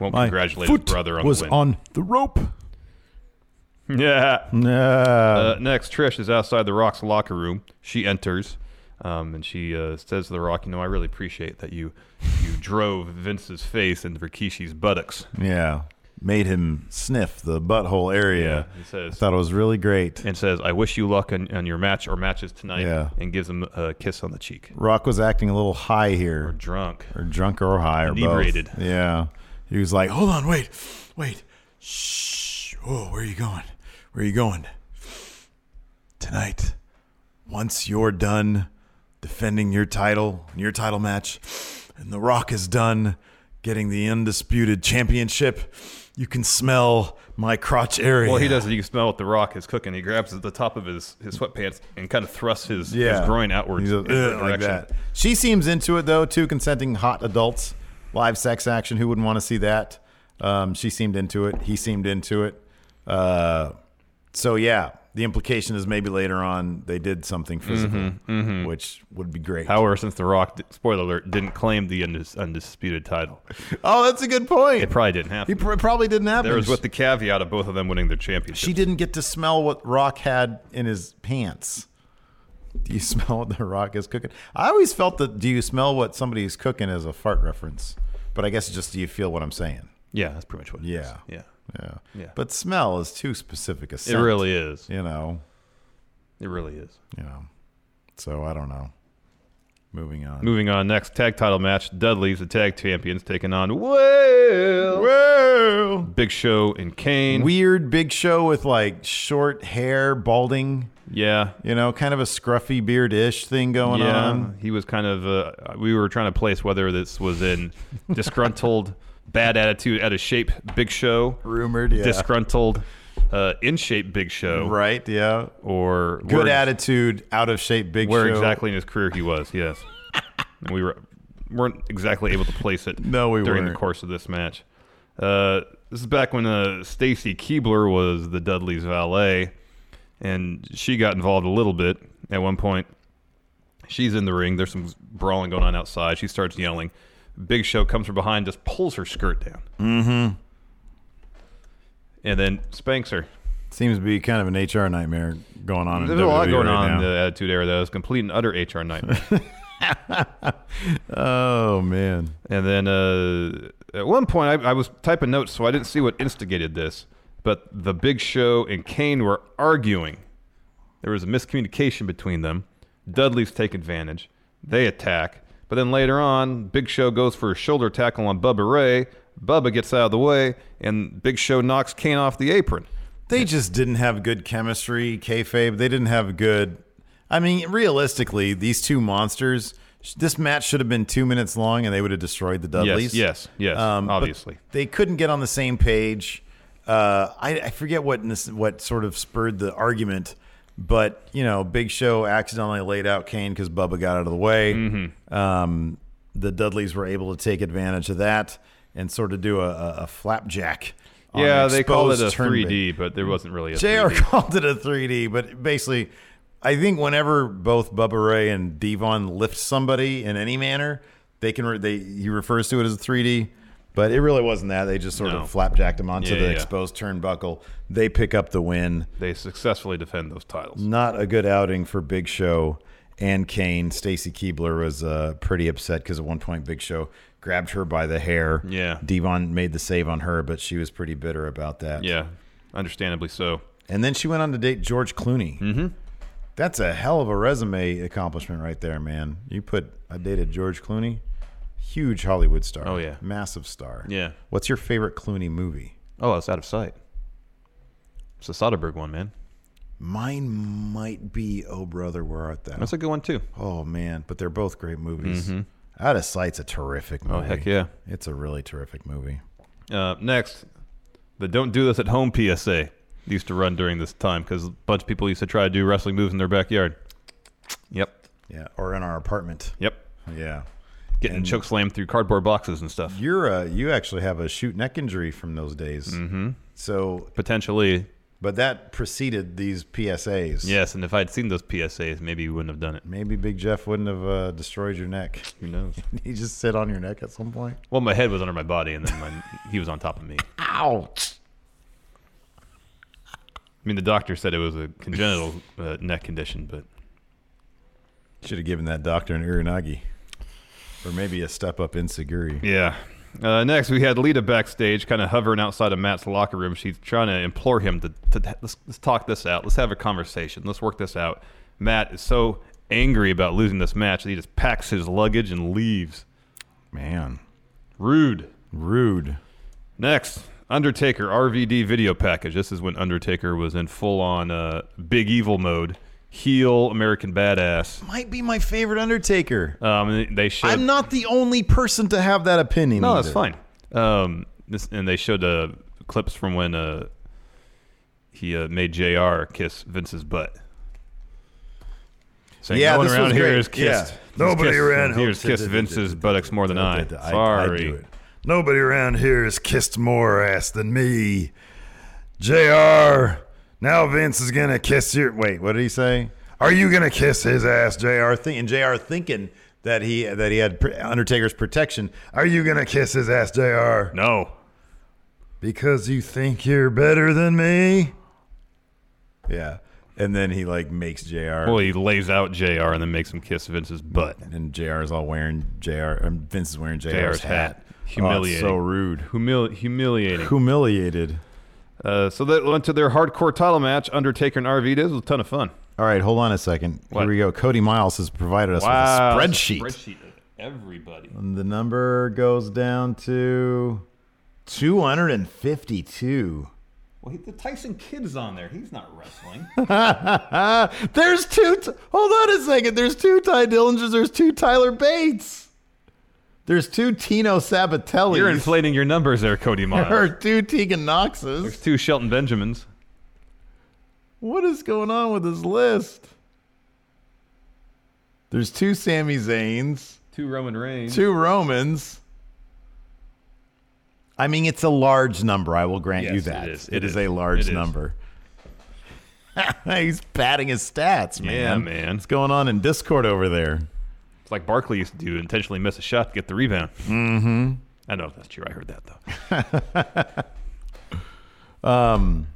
Speaker 12: Won't
Speaker 13: My
Speaker 12: congratulate
Speaker 13: foot
Speaker 12: his brother on
Speaker 13: was
Speaker 12: the win.
Speaker 13: on the rope.
Speaker 12: Yeah.
Speaker 13: Nah.
Speaker 12: Uh, next, Trish is outside the Rock's locker room. She enters, um, and she uh, says to the Rock, "You know, I really appreciate that you you drove Vince's face into Rikishi's buttocks."
Speaker 13: Yeah. Made him sniff the butthole area.
Speaker 12: Yeah, he says-
Speaker 13: I thought it was really great.
Speaker 12: and says, "I wish you luck on, on your match or matches tonight."
Speaker 13: Yeah.
Speaker 12: and gives him a kiss on the cheek.
Speaker 13: Rock was acting a little high here. Or
Speaker 12: drunk.
Speaker 13: Or drunk or high or both.
Speaker 12: Inebriated.
Speaker 13: Yeah. He was like, hold on, wait, wait. Shh. Oh, where are you going? Where are you going? Tonight, once you're done defending your title in your title match, and The Rock is done getting the undisputed championship, you can smell my crotch area.
Speaker 12: Well, he does. You can smell what the Rock is cooking. He grabs at the top of his, his sweatpants and kind of thrusts his, his groin outwards
Speaker 13: He's a-
Speaker 12: in her
Speaker 13: "Ugh," like
Speaker 12: direction.
Speaker 13: that. She seems into it though. Two consenting hot adults, live sex action. Who wouldn't want to see that? Um, she seemed into it. He seemed into it. Uh, so yeah, the implication is maybe later on they did something physical,
Speaker 12: Mhm, mhm.
Speaker 13: which would be great.
Speaker 12: However, since the Rock, di- spoiler alert, didn't claim the undis- undisputed title,
Speaker 13: oh, that's a good point.
Speaker 12: it probably didn't happen.
Speaker 13: He pr- probably didn't happen.
Speaker 12: There was with the caveat of both of them winning their championship.
Speaker 13: she didn't get to smell what Rock had in his pants. Do you smell what the Rock is cooking? I always felt that "Do you smell what somebody's cooking?" as a fart reference, but I guess it's just "Do you feel what I'm saying?"
Speaker 12: Yeah, that's pretty much what. It is.
Speaker 13: Yeah,
Speaker 12: yeah,
Speaker 13: yeah,
Speaker 12: Yeah.
Speaker 13: But smell is too specific a
Speaker 12: It
Speaker 13: scent.
Speaker 12: really is.
Speaker 13: You know,
Speaker 12: It really is.
Speaker 13: you know. So I don't know. Moving on.
Speaker 12: Moving on, next tag title match: Dudley's the tag champions taking on Will. Will Big Show and Kane.
Speaker 13: Weird Big Show with like short hair, balding.
Speaker 12: Yeah.
Speaker 13: You know, kind of a scruffy beard ish thing going
Speaker 12: yeah,
Speaker 13: on.
Speaker 12: He was kind of. Uh, we were trying to place whether this was in disgruntled, bad attitude, out of shape Big Show,
Speaker 13: rumored, yeah.
Speaker 12: disgruntled, uh, in shape Big Show,
Speaker 13: right? Yeah,
Speaker 12: or
Speaker 13: Good
Speaker 12: where-
Speaker 13: attitude, out of shape Big
Speaker 12: where
Speaker 13: Show.
Speaker 12: exactly in his career he was. Yes, and we were weren't exactly able to place it.
Speaker 13: No, we
Speaker 12: during the
Speaker 13: weren't.
Speaker 12: course of this match. Uh, this is back when uh, Stacy Keebler was the Dudley's valet, and she got involved a little bit at one point. She's in the ring. There's some brawling going on outside. She starts yelling. Big Show comes from behind, just pulls her skirt down,
Speaker 13: Mm-hmm.
Speaker 12: and then spanks her.
Speaker 13: Seems to be kind of an HR nightmare going on. in
Speaker 12: There's a lot
Speaker 13: WWE
Speaker 12: going
Speaker 13: right
Speaker 12: on
Speaker 13: now.
Speaker 12: in the Attitude Era that was complete and utter HR nightmare.
Speaker 13: oh man!
Speaker 12: And then uh, at one point, I, I was typing notes, so I didn't see what instigated this. But the Big Show and Kane were arguing. There was a miscommunication between them. Dudley's take advantage. They attack. But then later on, Big Show goes for a shoulder tackle on Bubba Ray. Bubba gets out of the way, and Big Show knocks Kane off the apron.
Speaker 13: They just didn't have good chemistry, kayfabe. They didn't have good. I mean, realistically, these two monsters. sh- This match should have been two minutes long, and they would have destroyed the Dudleys.
Speaker 12: yes, yes,
Speaker 13: Um, but
Speaker 12: obviously.
Speaker 13: they couldn't get on the same page. Uh, I, I forget what nes- what sort of spurred the argument, but you know, Big Show accidentally laid out Kane because Bubba got out of the way.
Speaker 12: Mm-hmm.
Speaker 13: Um, the Dudleys were able to take advantage of that and sort of do a, a, a flapjack. on
Speaker 12: yeah, they called it a
Speaker 13: exposed turn-
Speaker 12: 3D, but there wasn't really a
Speaker 13: JR
Speaker 12: 3D.
Speaker 13: called it a 3D, but basically, I think whenever both Bubba Ray and Devon lift somebody in any manner, they can re- they he refers to it as a 3D, but it really wasn't that. They just sort
Speaker 12: No.
Speaker 13: of flapjacked him onto
Speaker 12: Yeah,
Speaker 13: the
Speaker 12: yeah.
Speaker 13: exposed turnbuckle. They pick up the win.
Speaker 12: They successfully defend those titles.
Speaker 13: Not a good outing for Big Show and Kane. Stacy Keebler was uh, pretty upset because at one point Big Show grabbed her by the hair.
Speaker 12: Yeah.
Speaker 13: Devon made the save on her, but she was pretty bitter about that.
Speaker 12: Yeah, understandably so.
Speaker 13: And then she went on to date George Clooney. Mm-hmm. That's a hell of a resume accomplishment right there, man. You put I dated George Clooney, huge Hollywood star.
Speaker 12: Oh, yeah.
Speaker 13: massive star.
Speaker 12: Yeah.
Speaker 13: What's your favorite Clooney movie?
Speaker 12: Oh, it's out of sight. It's the Soderbergh one, man.
Speaker 13: Mine might be Oh Brother, Where Art Thou?
Speaker 12: That's a good one too.
Speaker 13: Oh man, but they're both great movies.
Speaker 12: Mhm.
Speaker 13: Out of Sight's a terrific movie.
Speaker 12: Oh, heck yeah.
Speaker 13: it's a really terrific movie.
Speaker 12: Uh, next, the "Don't do this at home" PSA used to run during this time because a bunch of people used to try to do wrestling moves in their backyard. Yep.
Speaker 13: Yeah, or in our apartment.
Speaker 12: Yep.
Speaker 13: Yeah.
Speaker 12: Getting
Speaker 13: And-
Speaker 12: choke slammed through cardboard boxes and stuff.
Speaker 13: You're uh, you actually have a shoot neck injury from those days. Mm-hmm. So
Speaker 12: potentially,
Speaker 13: but that preceded these PSAs.
Speaker 12: Yes, and if I'd seen those PSAs, maybe you wouldn't have done it.
Speaker 13: Maybe Big Jeff wouldn't have uh, destroyed your neck.
Speaker 12: Who knows?
Speaker 13: he just sit on your neck at some point.
Speaker 12: Well, my head was under my body, and then my, he was on top of me.
Speaker 13: Ouch!
Speaker 12: I mean, the doctor said it was a congenital uh, neck condition, but
Speaker 13: Should have given that doctor an urinagi, or maybe a step up in Siguri.
Speaker 12: Yeah. Uh, next, we had Lita backstage, kind of hovering outside of Matt's locker room. She's trying to implore him to, to let's, let's talk this out. Let's have a conversation. Let's work this out. Matt is so angry about losing this match that he just packs his luggage and leaves.
Speaker 13: Man.
Speaker 12: Rude.
Speaker 13: Rude.
Speaker 12: Next, Undertaker RVD video package. This is when Undertaker was in full on uh, big evil mode, heel American badass.
Speaker 13: Might be my favorite Undertaker.
Speaker 12: Um, and they showed
Speaker 13: I'm not the only person to have that opinion.
Speaker 12: No,
Speaker 13: either.
Speaker 12: that's fine. Um, this and they showed uh, clips from when uh, he uh, made Jr. kiss Vince's butt. Saying
Speaker 13: Yeah,
Speaker 12: no one
Speaker 13: this
Speaker 12: around
Speaker 13: was
Speaker 12: here
Speaker 13: great.
Speaker 12: has kissed.
Speaker 13: Yeah.
Speaker 12: has
Speaker 13: Nobody
Speaker 12: kissed-
Speaker 13: around
Speaker 12: here's
Speaker 13: here-
Speaker 12: kissed Vince's buttocks more than I.
Speaker 13: I- I do
Speaker 12: Sorry.
Speaker 13: it. Nobody around here has kissed more ass than me. JR, now Vince is going to kiss your. Wait, what did he say? Are you going to kiss his ass, JR? Think, and JR thinking that he that he had pr- Undertaker's protection. Are you going to kiss his ass, JR?
Speaker 12: No.
Speaker 13: Because you think you're better than me? Yeah. And then he like makes JR.
Speaker 12: Well, he lays out Jr. and then makes him kiss Vince's butt.
Speaker 13: And Jr. is all wearing Jr. And Vince is wearing JR's,
Speaker 12: JR's hat.
Speaker 13: hat.
Speaker 12: Humiliating.
Speaker 13: Oh, it's so rude.
Speaker 12: Humil- humiliating.
Speaker 13: Humiliated.
Speaker 12: Uh, so that went to their hardcore title match, Undertaker and RVD. This was a ton of fun.
Speaker 13: All right, hold on a second. Here we go. Cody Miles has provided us
Speaker 12: Wow.
Speaker 13: with a spreadsheet.
Speaker 12: Spreadsheet of everybody.
Speaker 13: And the number goes down to 252.
Speaker 12: Well, he, the Tyson Kid's on there. He's not wrestling.
Speaker 13: there's two. T- Hold on a second. There's two Ty Dillingers. There's two Tyler Bates. There's two Tino Sabatelli.
Speaker 12: You're inflating your numbers there, Cody
Speaker 13: There are
Speaker 12: Miles.
Speaker 13: two Tegan Knoxes.
Speaker 12: There's two Shelton Benjamins.
Speaker 13: What is going on with this list? There's two Sami Zayn's,
Speaker 12: Two Roman Reigns.
Speaker 13: two Romans. I mean, it's a large number. I will grant you
Speaker 12: Yes, it
Speaker 13: that.
Speaker 12: is.
Speaker 13: it
Speaker 12: It
Speaker 13: is,
Speaker 12: is.
Speaker 13: a large
Speaker 12: It is.
Speaker 13: number. He's padding his stats, man.
Speaker 12: Yeah, man. What's
Speaker 13: going on in Discord over there?
Speaker 12: It's like Barkley used to do, intentionally miss a shot to get the rebound.
Speaker 13: Mm-hmm.
Speaker 12: I don't know if that's true. I heard that, though.
Speaker 13: Um,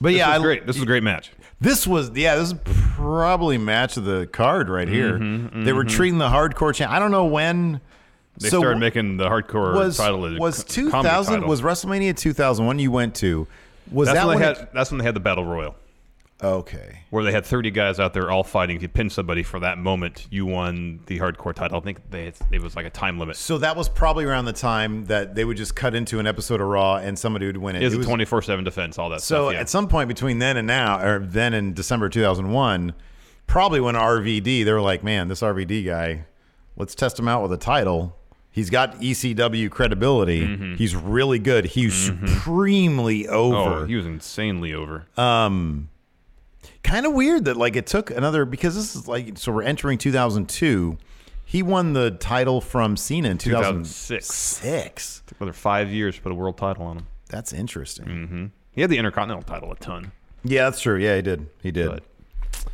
Speaker 13: but
Speaker 12: This
Speaker 13: yeah,
Speaker 12: was
Speaker 13: I-
Speaker 12: great. This was a great match.
Speaker 13: This was yeah, this is probably match of the card right here.
Speaker 12: Mhm,
Speaker 13: They were
Speaker 12: mhm.
Speaker 13: treating the hardcore champ. I don't know when
Speaker 12: They
Speaker 13: so
Speaker 12: started making the hardcore
Speaker 13: was
Speaker 12: title. a
Speaker 13: was
Speaker 12: co-
Speaker 13: two
Speaker 12: comedy
Speaker 13: thousand
Speaker 12: title.
Speaker 13: was WrestleMania two thousand one you went to was
Speaker 12: that's
Speaker 13: that
Speaker 12: when
Speaker 13: when
Speaker 12: they
Speaker 13: it-
Speaker 12: had, that's when they had the battle royal.
Speaker 13: Okay.
Speaker 12: Where they had 30 guys out there all fighting. If you pinned somebody for that moment, you won the hardcore title. I think they, it was like a time limit.
Speaker 13: so that was probably around the time that they would just cut into an episode of Raw and somebody would win it.
Speaker 12: It was
Speaker 13: It
Speaker 12: a
Speaker 13: was-
Speaker 12: 24 7 defense, all that
Speaker 13: So
Speaker 12: stuff. Yeah.
Speaker 13: at some point between then and now, or then in December 2001, probably when RVD, they were like, man, this RVD guy, let's test him out with a title. He's got ECW credibility.
Speaker 12: Mm-hmm.
Speaker 13: He's really good. He's supremely
Speaker 12: Oh,
Speaker 13: over.
Speaker 12: he was insanely over.
Speaker 13: um, kind of weird that like it took another because this is like so we're entering 2002. He won the title from Cena in
Speaker 12: 2006.
Speaker 13: 2006.
Speaker 12: Took another five years to put a world title on him.
Speaker 13: That's interesting.
Speaker 12: hmm He had the Intercontinental title a ton.
Speaker 13: Yeah, that's true. Yeah, he did. He did.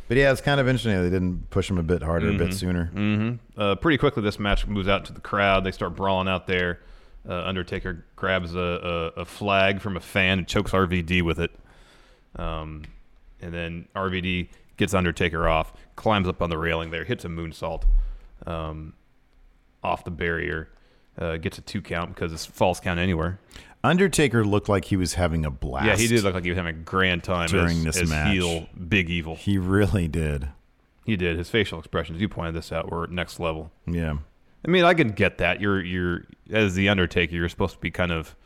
Speaker 13: But, yeah, it's kind of interesting that they didn't push him a bit harder, a bit
Speaker 12: Mhm.
Speaker 13: sooner.
Speaker 12: hmm Uh, pretty quickly, this match moves out to the crowd. They start brawling out there. Uh, Undertaker grabs a, a, a flag from a fan and chokes RVD with it. Um, and then RVD gets Undertaker off, climbs up on the railing there, hits a moonsault um, off the barrier, uh, gets a two count because it's false count anywhere.
Speaker 13: Undertaker looked like he was having a blast.
Speaker 12: Yeah, he did look like he was having a grand time
Speaker 13: during
Speaker 12: as-
Speaker 13: this
Speaker 12: as
Speaker 13: match.
Speaker 12: heel Big Evil.
Speaker 13: He really did.
Speaker 12: He did. His facial expressions, you pointed this out, were next level.
Speaker 13: Yeah.
Speaker 12: I mean, I can get that. You're you're as the Undertaker, you're supposed to be kind of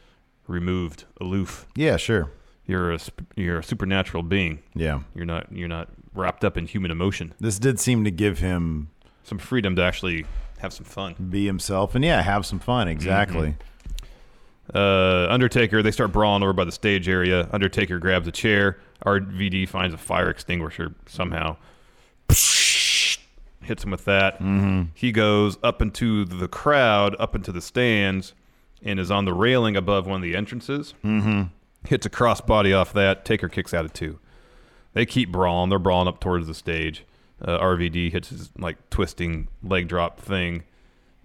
Speaker 12: removed, aloof.
Speaker 13: Yeah, sure.
Speaker 12: You're a sp- you're a supernatural being.
Speaker 13: Yeah.
Speaker 12: You're not you're not wrapped up in human emotion.
Speaker 13: This did seem to give him
Speaker 12: some freedom to actually have some fun,
Speaker 13: be himself, and yeah, have some fun. Exactly.
Speaker 12: Uh, Undertaker, they start brawling over by the stage area. Undertaker grabs a chair. RVD finds a fire extinguisher somehow. Hits him with that. He goes up into the crowd, up into the stands, and is on the railing above one of the entrances.
Speaker 13: Mhm.
Speaker 12: Hits a crossbody off that. Taker kicks out of two. They keep brawling. They're brawling up towards the stage. Uh, RVD hits his like twisting leg drop thing.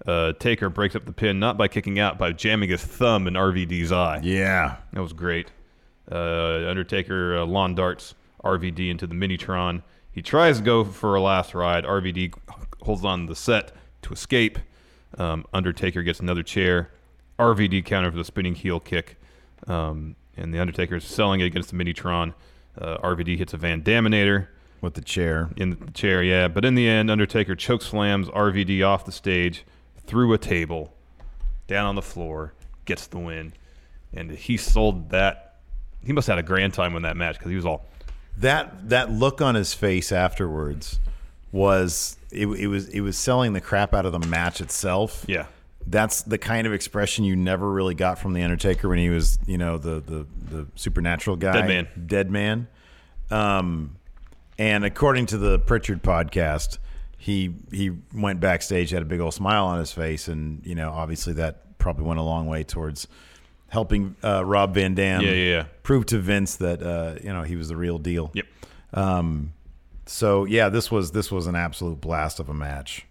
Speaker 12: Uh, Taker breaks up the pin not by kicking out, by jamming his thumb in RVD's eye.
Speaker 13: Yeah,
Speaker 12: that was great. Uh, Undertaker uh, lawn darts RVD into the Minitron. He tries to go for a last ride. RVD holds on to the set to escape. Um, Undertaker gets another chair. RVD counter for the spinning heel kick. Um, and the Undertaker is selling it against the Minitron. Uh, RVD hits a Van Daminator.
Speaker 13: With the chair.
Speaker 12: In the chair, yeah. But in the end, Undertaker choke slams RVD off the stage through a table, down on the floor, gets the win. And he sold that. He must have had a grand time in that match because he was all.
Speaker 13: That that look on his face afterwards was it, it was it was selling the crap out of the match itself.
Speaker 12: Yeah.
Speaker 13: That's the kind of expression you never really got from the Undertaker when he was, you know, the the, the supernatural guy,
Speaker 12: Dead man.
Speaker 13: dead man. Um, and according to the Pritchard podcast, he he went backstage, had a big old smile on his face, and you know, obviously that probably went a long way towards helping uh, Rob Van Dam,
Speaker 12: Yeah, yeah, yeah.
Speaker 13: prove to Vince that uh, you know he was the real deal.
Speaker 12: Yep.
Speaker 13: Um, so yeah, this was this was an absolute blast of a match.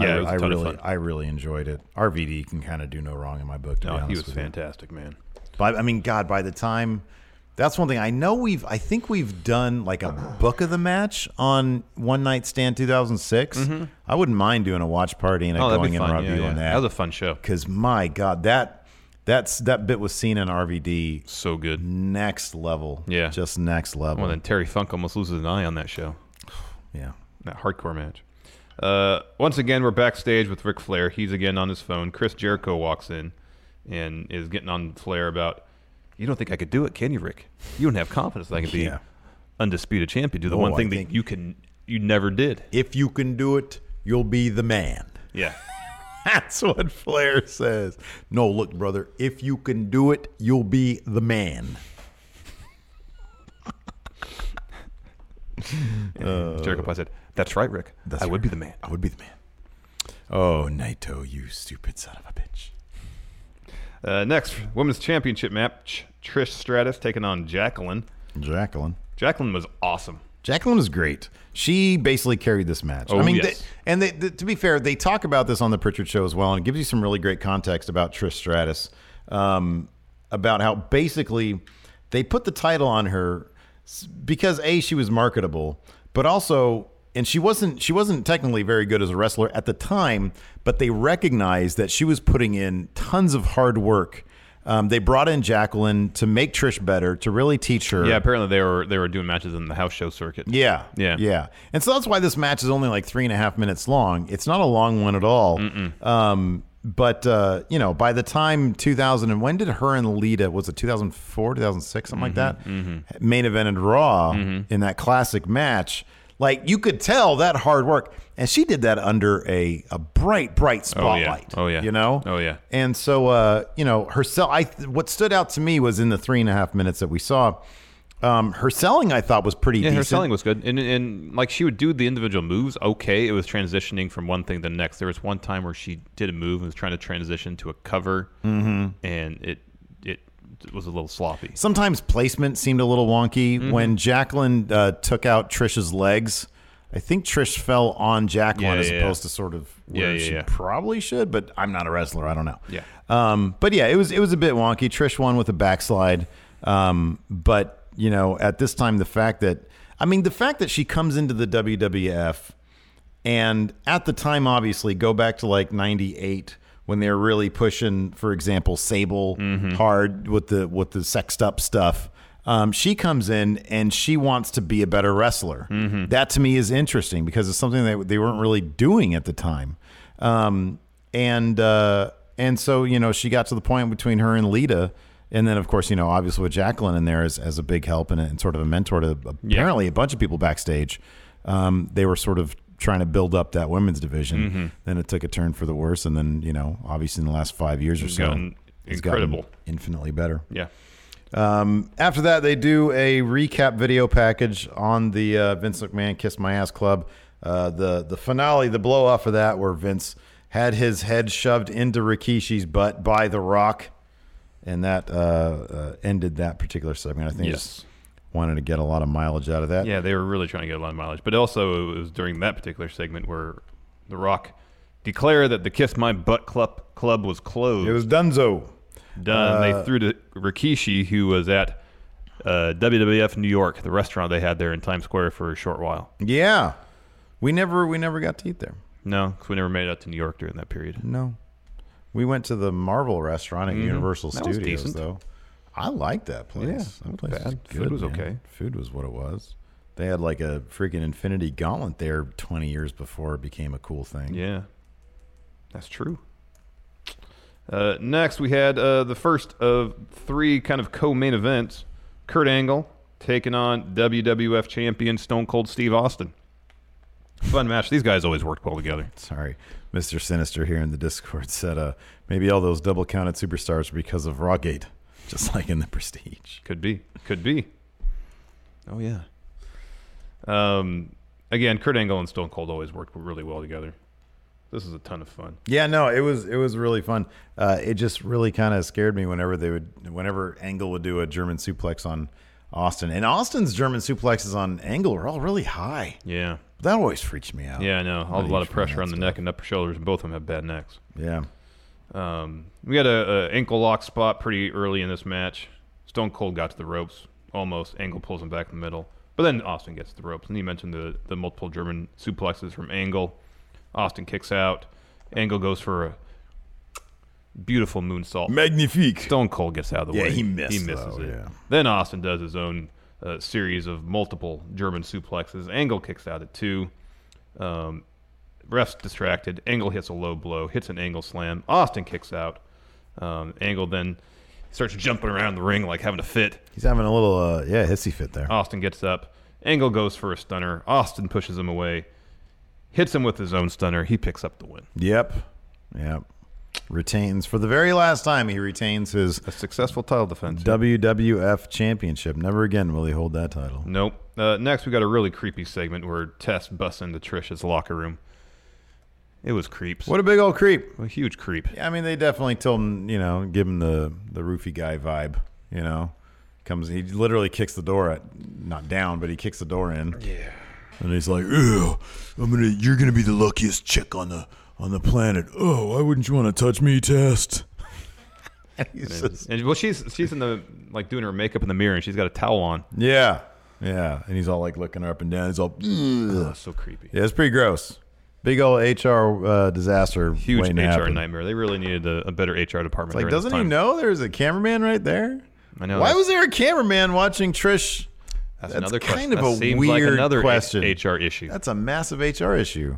Speaker 12: Yeah,
Speaker 13: I,
Speaker 12: it was a
Speaker 13: I
Speaker 12: ton of
Speaker 13: really
Speaker 12: fun.
Speaker 13: I really enjoyed it. RVD can kind of do no wrong in my book. To
Speaker 12: No,
Speaker 13: be
Speaker 12: Oh, he
Speaker 13: honest
Speaker 12: was
Speaker 13: with you.
Speaker 12: fantastic, man.
Speaker 13: By, I mean, God, by the time that's one thing I know we've I think we've done like a book of the match on One Night Stand 2006.
Speaker 12: Mhm.
Speaker 13: I wouldn't mind doing a watch party and a
Speaker 12: Oh, that'd be
Speaker 13: going in
Speaker 12: fun.
Speaker 13: review
Speaker 12: Yeah,
Speaker 13: on
Speaker 12: yeah.
Speaker 13: that.
Speaker 12: That was a fun show.
Speaker 13: Because my God, that that's that bit with Cena and RVD
Speaker 12: so good,
Speaker 13: next level.
Speaker 12: Yeah.
Speaker 13: just next level.
Speaker 12: Well, then Terry Funk almost loses an eye on that show.
Speaker 13: Yeah.
Speaker 12: That hardcore match. Uh, once again, we're backstage with Ric Flair. He's again on his phone. Chris Jericho walks in. and is getting on Flair about, you don't think I could do it, can you, Rick? You don't have confidence that I can be
Speaker 13: Yeah.
Speaker 12: undisputed champion. Do the
Speaker 13: Oh,
Speaker 12: one
Speaker 13: I
Speaker 12: thing
Speaker 13: think-
Speaker 12: that you can, you never did.
Speaker 13: If you can do it, you'll be the man.
Speaker 12: Yeah.
Speaker 13: That's what Flair says. No, look, brother, if you can do it, you'll be the man.
Speaker 12: And Jericho Pie said, "That's right, Rick. I would be the man.
Speaker 13: I would be the man." Oh, Naito, you stupid son of a bitch.
Speaker 12: Uh, next, women's championship match: Trish Stratus taking on Jacqueline.
Speaker 13: Jacqueline.
Speaker 12: Jacqueline was awesome.
Speaker 13: Jacqueline was great. She basically carried this match.
Speaker 12: Oh,
Speaker 13: I mean,
Speaker 12: yes.
Speaker 13: they, and they, th- to be fair, they talk about this on the Pritchard Show as well, and it gives you some really great context about Trish Stratus, um, about how basically they put the title on her s- because a she was marketable, but also and she wasn't she wasn't technically very good as a wrestler at the time, but they recognized that she was putting in tons of hard work. Um, they brought in Jacqueline to make Trish better, to really teach her.
Speaker 12: Yeah, apparently they were they were doing matches in the house show circuit.
Speaker 13: Yeah.
Speaker 12: Yeah.
Speaker 13: Yeah. And so that's why this match is only like three and a half minutes long. It's not a long one at all. Um, but, uh, you know, by the time 2000, and when did her and Lita, was it 2004, 2006, something like that?
Speaker 12: Mm-hmm.
Speaker 13: Main evented Raw in that classic match. Like you could tell that hard work. And she did that under a, a bright, bright
Speaker 12: Oh yeah.
Speaker 13: spotlight.
Speaker 12: Oh yeah.
Speaker 13: You know?
Speaker 12: Oh yeah.
Speaker 13: And so, uh, you know, herself. I what stood out to me was in the three and a half minutes that we saw, um, her selling I thought was pretty.
Speaker 12: Yeah,
Speaker 13: decent.
Speaker 12: her selling was good, and and like she would do the individual moves okay. It was transitioning from one thing to the next. There was one time where she did a move and was trying to transition to a cover,
Speaker 13: Mhm.
Speaker 12: and it it was a little sloppy.
Speaker 13: Sometimes placement seemed a little wonky
Speaker 12: Mhm.
Speaker 13: when Jacqueline uh, took out Trish's legs. I think Trish fell on Jacqueline
Speaker 12: Yeah,
Speaker 13: as
Speaker 12: yeah,
Speaker 13: opposed
Speaker 12: yeah.
Speaker 13: to sort of
Speaker 12: Yeah,
Speaker 13: where
Speaker 12: yeah,
Speaker 13: she
Speaker 12: yeah.
Speaker 13: probably should, but I'm not a wrestler. I don't know.
Speaker 12: Yeah.
Speaker 13: Um, but yeah, it was it was a bit wonky. Trish won with a backslide. Um, but you know, at this time, the fact that I mean, the fact that she comes into the WWF and at the time, obviously, go back to like '98 when they were really pushing, for example, Sable hard with the with the sexed up stuff. Um, she comes in and she wants to be a better wrestler. That to me is interesting because it's something that they weren't really doing at the time. Um, and uh, and so you know she got to the point between her and Lita, and then of course you know obviously with Jacqueline in there as, as a big help and, and sort of a mentor to apparently a bunch of people backstage. Um, they were sort of trying to build up that women's division.
Speaker 12: Mhm.
Speaker 13: Then it took a turn for the worse, and then you know obviously in the last five years or
Speaker 12: It's
Speaker 13: so,
Speaker 12: gotten
Speaker 13: it's gotten
Speaker 12: incredible.
Speaker 13: infinitely better.
Speaker 12: Yeah.
Speaker 13: Um, after that, they do a recap video package on the uh, Vince McMahon Kiss My Ass Club. Uh, the the finale, the blow off of that, where Vince had his head shoved into Rikishi's butt by The Rock, and that uh, uh, ended that particular segment. I think
Speaker 12: Yes.
Speaker 13: just wanted to get a lot of mileage out of that.
Speaker 12: Yeah, they were really trying to get a lot of mileage. But also, it was during that particular segment where The Rock declared that the Kiss My Butt Club club was closed. It
Speaker 13: was Dunzo.
Speaker 12: Done.
Speaker 13: Uh,
Speaker 12: they threw to Rikishi, who was at uh, WWF New York, the restaurant they had there in Times Square for a short while.
Speaker 13: Yeah, we never we never got to eat there.
Speaker 12: No, because we never made it out to New York during that period.
Speaker 13: No. We went to the Marvel restaurant at
Speaker 12: Mhm.
Speaker 13: Universal
Speaker 12: That was
Speaker 13: Studios,
Speaker 12: decent.
Speaker 13: though. I liked that place.
Speaker 12: Yeah,
Speaker 13: that
Speaker 12: not
Speaker 13: place
Speaker 12: bad.
Speaker 13: good,
Speaker 12: Food was
Speaker 13: man.
Speaker 12: okay.
Speaker 13: Food was what it was. They had like a freaking Infinity Gauntlet there 20 years before it became a cool thing.
Speaker 12: Yeah, that's true. Uh, next, we had uh, the first of three kind of co-main events: Kurt Angle taking on WWF champion Stone Cold Steve Austin. Fun match. These guys always worked well together.
Speaker 13: Sorry, Mr. Sinister here in the Discord said, uh, maybe all those double counted superstars are because of Rawgate, just like in the Prestige.
Speaker 12: Could be. Could be. Oh yeah. Um, again, Kurt Angle and Stone Cold always worked really well together. This is a ton of fun.
Speaker 13: Yeah, no, it was it was really fun. Uh, it just really kind of scared me whenever they would whenever Angle would do a German suplex on Austin, and Austin's German suplexes on Angle were all really high.
Speaker 12: Yeah.
Speaker 13: That always freaks me out.
Speaker 12: Yeah, I know.
Speaker 13: Really
Speaker 12: A lot of
Speaker 13: freaks me
Speaker 12: pressure
Speaker 13: out
Speaker 12: on the
Speaker 13: stuff.
Speaker 12: neck and upper shoulders, and both of them have bad necks.
Speaker 13: Yeah.
Speaker 12: Um, we got a, a ankle lock spot pretty early in this match. Stone Cold got to the ropes almost. Angle pulls him back in the middle, but then Austin gets to the ropes. And he mentioned the the multiple German suplexes from Angle. Austin kicks out. Angle goes for a beautiful moonsault.
Speaker 13: Magnifique.
Speaker 12: Stone Cold gets out of the
Speaker 13: Yeah,
Speaker 12: way.
Speaker 13: he missed,
Speaker 12: He misses
Speaker 13: though,
Speaker 12: it.
Speaker 13: yeah.
Speaker 12: Then Austin does his own uh, series of multiple German suplexes. Angle kicks out at two. Um, ref's distracted. Angle hits a low blow, hits an angle slam. Austin kicks out. um, Angle then starts jumping around the ring like having a fit.
Speaker 13: He's having a little, uh, yeah, hissy fit there.
Speaker 12: Austin gets up. Angle goes for a stunner. Austin pushes him away, hits him with his own stunner. He picks up the win.
Speaker 13: Yep. Yep. Retains for the very last time he retains his a
Speaker 12: successful title defense.
Speaker 13: WWF championship. Never again will he hold that title.
Speaker 12: Nope. Uh, next, we got a really creepy segment where Tess busts into Trish's locker room. It was creeps.
Speaker 13: What a big old creep.
Speaker 12: A huge creep.
Speaker 13: Yeah, I mean they definitely told him, you know, give him the the roofie guy vibe, you know. Comes he literally kicks the door at not down, but he kicks the door in. Yeah. And he's like, "Ew, I'm gonna you're gonna be the luckiest chick on the on the planet. Oh, why wouldn't you want to touch me, Test?
Speaker 12: and, and- well, she's she's in the like doing her makeup in the mirror, and she's got a towel on.
Speaker 13: Yeah. Yeah. And he's all like looking her up and down. He's all
Speaker 12: Oh, so creepy.
Speaker 13: Yeah, it's pretty gross. Big old HR uh, disaster.
Speaker 12: Huge
Speaker 13: waiting to
Speaker 12: HR
Speaker 13: happen.
Speaker 12: nightmare. They really needed a, a better HR department.
Speaker 13: It's like,
Speaker 12: during this
Speaker 13: doesn't he
Speaker 12: time.
Speaker 13: know there's a cameraman right there?
Speaker 12: I know.
Speaker 13: Why
Speaker 12: that's-
Speaker 13: was there a cameraman watching Trish? That's,
Speaker 12: another question.
Speaker 13: kind
Speaker 12: That
Speaker 13: of a
Speaker 12: seems like
Speaker 13: weird
Speaker 12: another H-
Speaker 13: question.
Speaker 12: HR issue.
Speaker 13: That's a massive HR issue.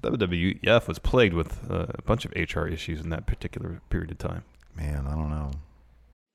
Speaker 12: WWF was plagued with uh, a bunch of HR issues in that particular period of time.
Speaker 13: Man, I don't know.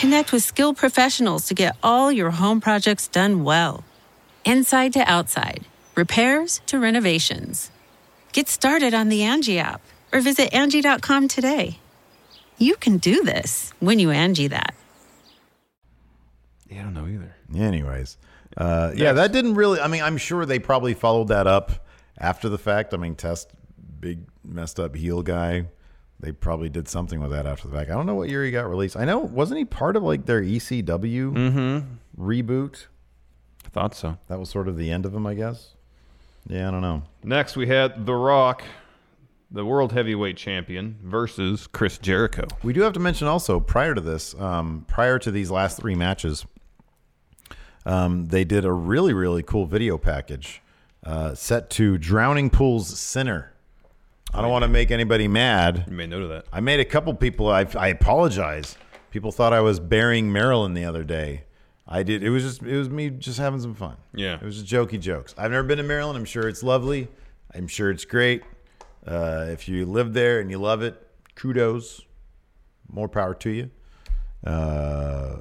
Speaker 14: Connect with skilled professionals to get all your home projects done well. Inside to outside, repairs to renovations. Get started on the Angie app or visit Angie.com today. You can do this when you Angie that.
Speaker 12: Yeah, I don't know either.
Speaker 13: Anyways, uh, yeah, that didn't really. I mean, I'm sure they probably followed that up after the fact. I mean, Test, big messed up heel guy. They probably did something with that after the fact. I don't know what year he got released. I know wasn't he part of like their ECW reboot?
Speaker 12: I thought so.
Speaker 13: That was sort of the end of him, I guess. Yeah, I don't know.
Speaker 12: Next, we had The Rock, the world heavyweight champion, versus Chris Jericho.
Speaker 13: We do have to mention also prior to this, um, prior to these last three matches, um, they did a really really cool video package uh, set to Drowning Pool's Sinner. I don't want to make anybody mad. You
Speaker 12: made note of that.
Speaker 13: I made a couple people. I, I apologize. People thought I was burying Marilyn the other day. I did. It was just it was me just having some fun.
Speaker 12: Yeah.
Speaker 13: It was just jokey jokes. I've never been to Maryland. I'm sure it's lovely. I'm sure it's great. Uh, if you live there and you love it, kudos. More power to you. Uh,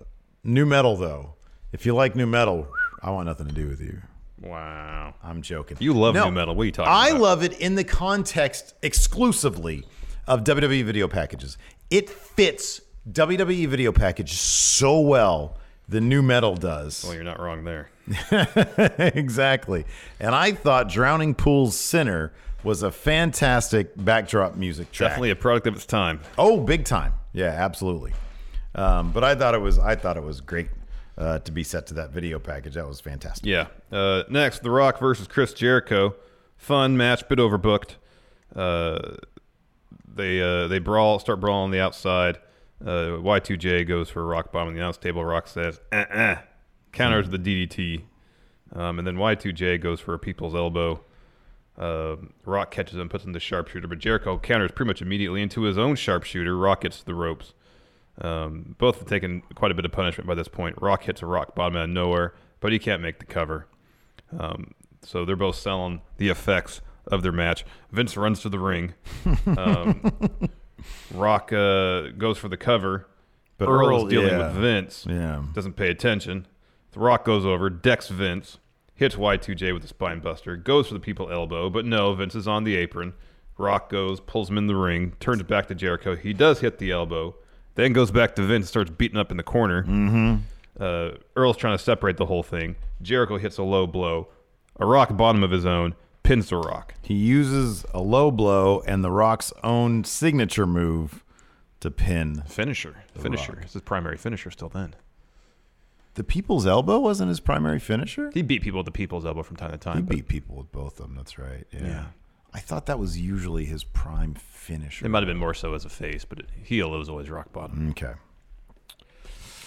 Speaker 13: new metal though. If you like new metal, I want nothing to do with you.
Speaker 12: Wow.
Speaker 13: I'm joking.
Speaker 12: You love
Speaker 13: No.
Speaker 12: new metal. What are you talking
Speaker 13: I
Speaker 12: about?
Speaker 13: love it in the context exclusively of WWE video packages. It fits WWE video package so well. The new metal does.
Speaker 12: Well, you're not wrong there.
Speaker 13: exactly. And I thought Drowning Pool's Sinner was a fantastic backdrop music track.
Speaker 12: Definitely a product of its time.
Speaker 13: Oh, big time. Yeah, absolutely. Um, but I thought it was I thought it was great uh, to be set to that video package. That was fantastic.
Speaker 12: Yeah. Uh, next, The Rock versus Chris Jericho. Fun match, bit overbooked. Uh, they uh, they brawl, start brawling on the outside. Uh, Y2J goes for a rock bomb on the announce table. Rock says, uh uh Counters the DDT. Um, and then Y2J goes for a people's elbow. Uh, Rock catches him, puts him in the sharpshooter, but Jericho counters pretty much immediately into his own sharpshooter. Rock gets to the ropes. Um, both have taken quite a bit of punishment by this point. Rock hits a rock bottom out of nowhere, but he can't make the cover. Um, so they're both selling the effects of their match. Vince runs to the ring. Um, rock uh, goes for the cover, but Earl,
Speaker 13: Earl,
Speaker 12: is dealing
Speaker 13: yeah.
Speaker 12: with Vince.
Speaker 13: Yeah.
Speaker 12: Doesn't pay attention. The Rock goes over, decks Vince, hits Y2J with a spine buster, goes for the people elbow, but no, Vince is on the apron. Rock goes, pulls him in the ring, turns back to Jericho. He does hit the elbow, then goes back to Vince, starts beating up in the corner.
Speaker 13: Mhm.
Speaker 12: Uh, Earl's trying to separate the whole thing. Jericho hits a low blow, a rock bottom of his own, pins the rock.
Speaker 13: He uses a low blow and The Rock's own signature move to pin.
Speaker 12: Finisher.
Speaker 13: The
Speaker 12: finisher. It's his primary finisher still then.
Speaker 13: The People's Elbow wasn't his primary finisher?
Speaker 12: He beat people with the people's elbow from time to time.
Speaker 13: He
Speaker 12: but
Speaker 13: beat people with both of them. That's right. Yeah.
Speaker 12: Yeah.
Speaker 13: I thought that was usually his prime finisher.
Speaker 12: It might have been more so as a face, but heel is always rock bottom.
Speaker 13: Okay.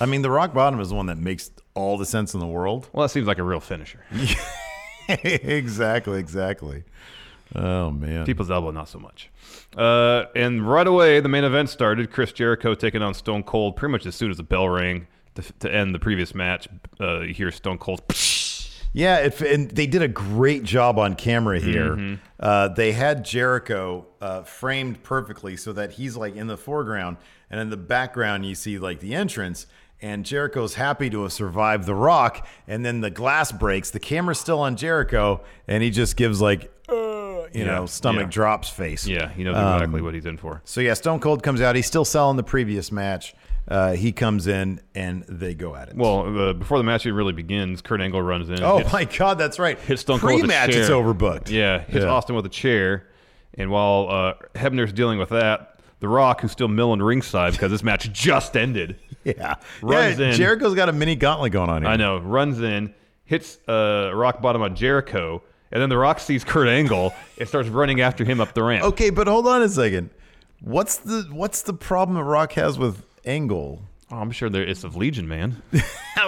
Speaker 13: I mean, the rock bottom is the one that makes all the sense in the world.
Speaker 12: Well, that seems like a real finisher.
Speaker 13: exactly, exactly. Oh man,
Speaker 12: people's elbow, not so much. Uh, and right away, the main event started. Chris Jericho taking on Stone Cold pretty much as soon as the bell rang to, to end the previous match. Uh, you hear Stone Cold.
Speaker 13: Yeah, it, and they did a great job on camera here.
Speaker 12: Mhm.
Speaker 13: Uh, they had Jericho uh, framed perfectly so that he's like in the foreground, and in the background you see like the entrance. And Jericho's happy to have survived the rock, and then the glass breaks. The camera's still on Jericho, and he just gives like, uh, you
Speaker 12: Yeah,
Speaker 13: know, stomach
Speaker 12: yeah.
Speaker 13: drops face.
Speaker 12: Yeah, he knows
Speaker 13: Um,
Speaker 12: exactly what he's in for.
Speaker 13: So yeah, Stone Cold comes out. He's still selling the previous match. Uh, he comes in, and they go at it.
Speaker 12: Well, uh, before the match even really begins, Kurt Angle runs in.
Speaker 13: Oh
Speaker 12: hits-
Speaker 13: my God, that's right.
Speaker 12: hits Stone Cold with a
Speaker 13: Pre-match, it's
Speaker 12: chair.
Speaker 13: overbooked.
Speaker 12: Yeah, hits
Speaker 13: Yeah.
Speaker 12: Austin with a chair, and while uh, Hebner's dealing with that, The Rock, who's still milling ringside because this match just ended,
Speaker 13: yeah,
Speaker 12: runs
Speaker 13: yeah,
Speaker 12: in.
Speaker 13: Jericho's got a mini gauntlet going on here.
Speaker 12: I know, runs in, hits uh, rock bottom on Jericho, and then The Rock sees Kurt Angle and starts running after him up the ramp.
Speaker 13: Okay, but hold on a second. What's the what's the problem that Rock has with Angle?
Speaker 12: Oh, I'm sure there it's of Legion, man.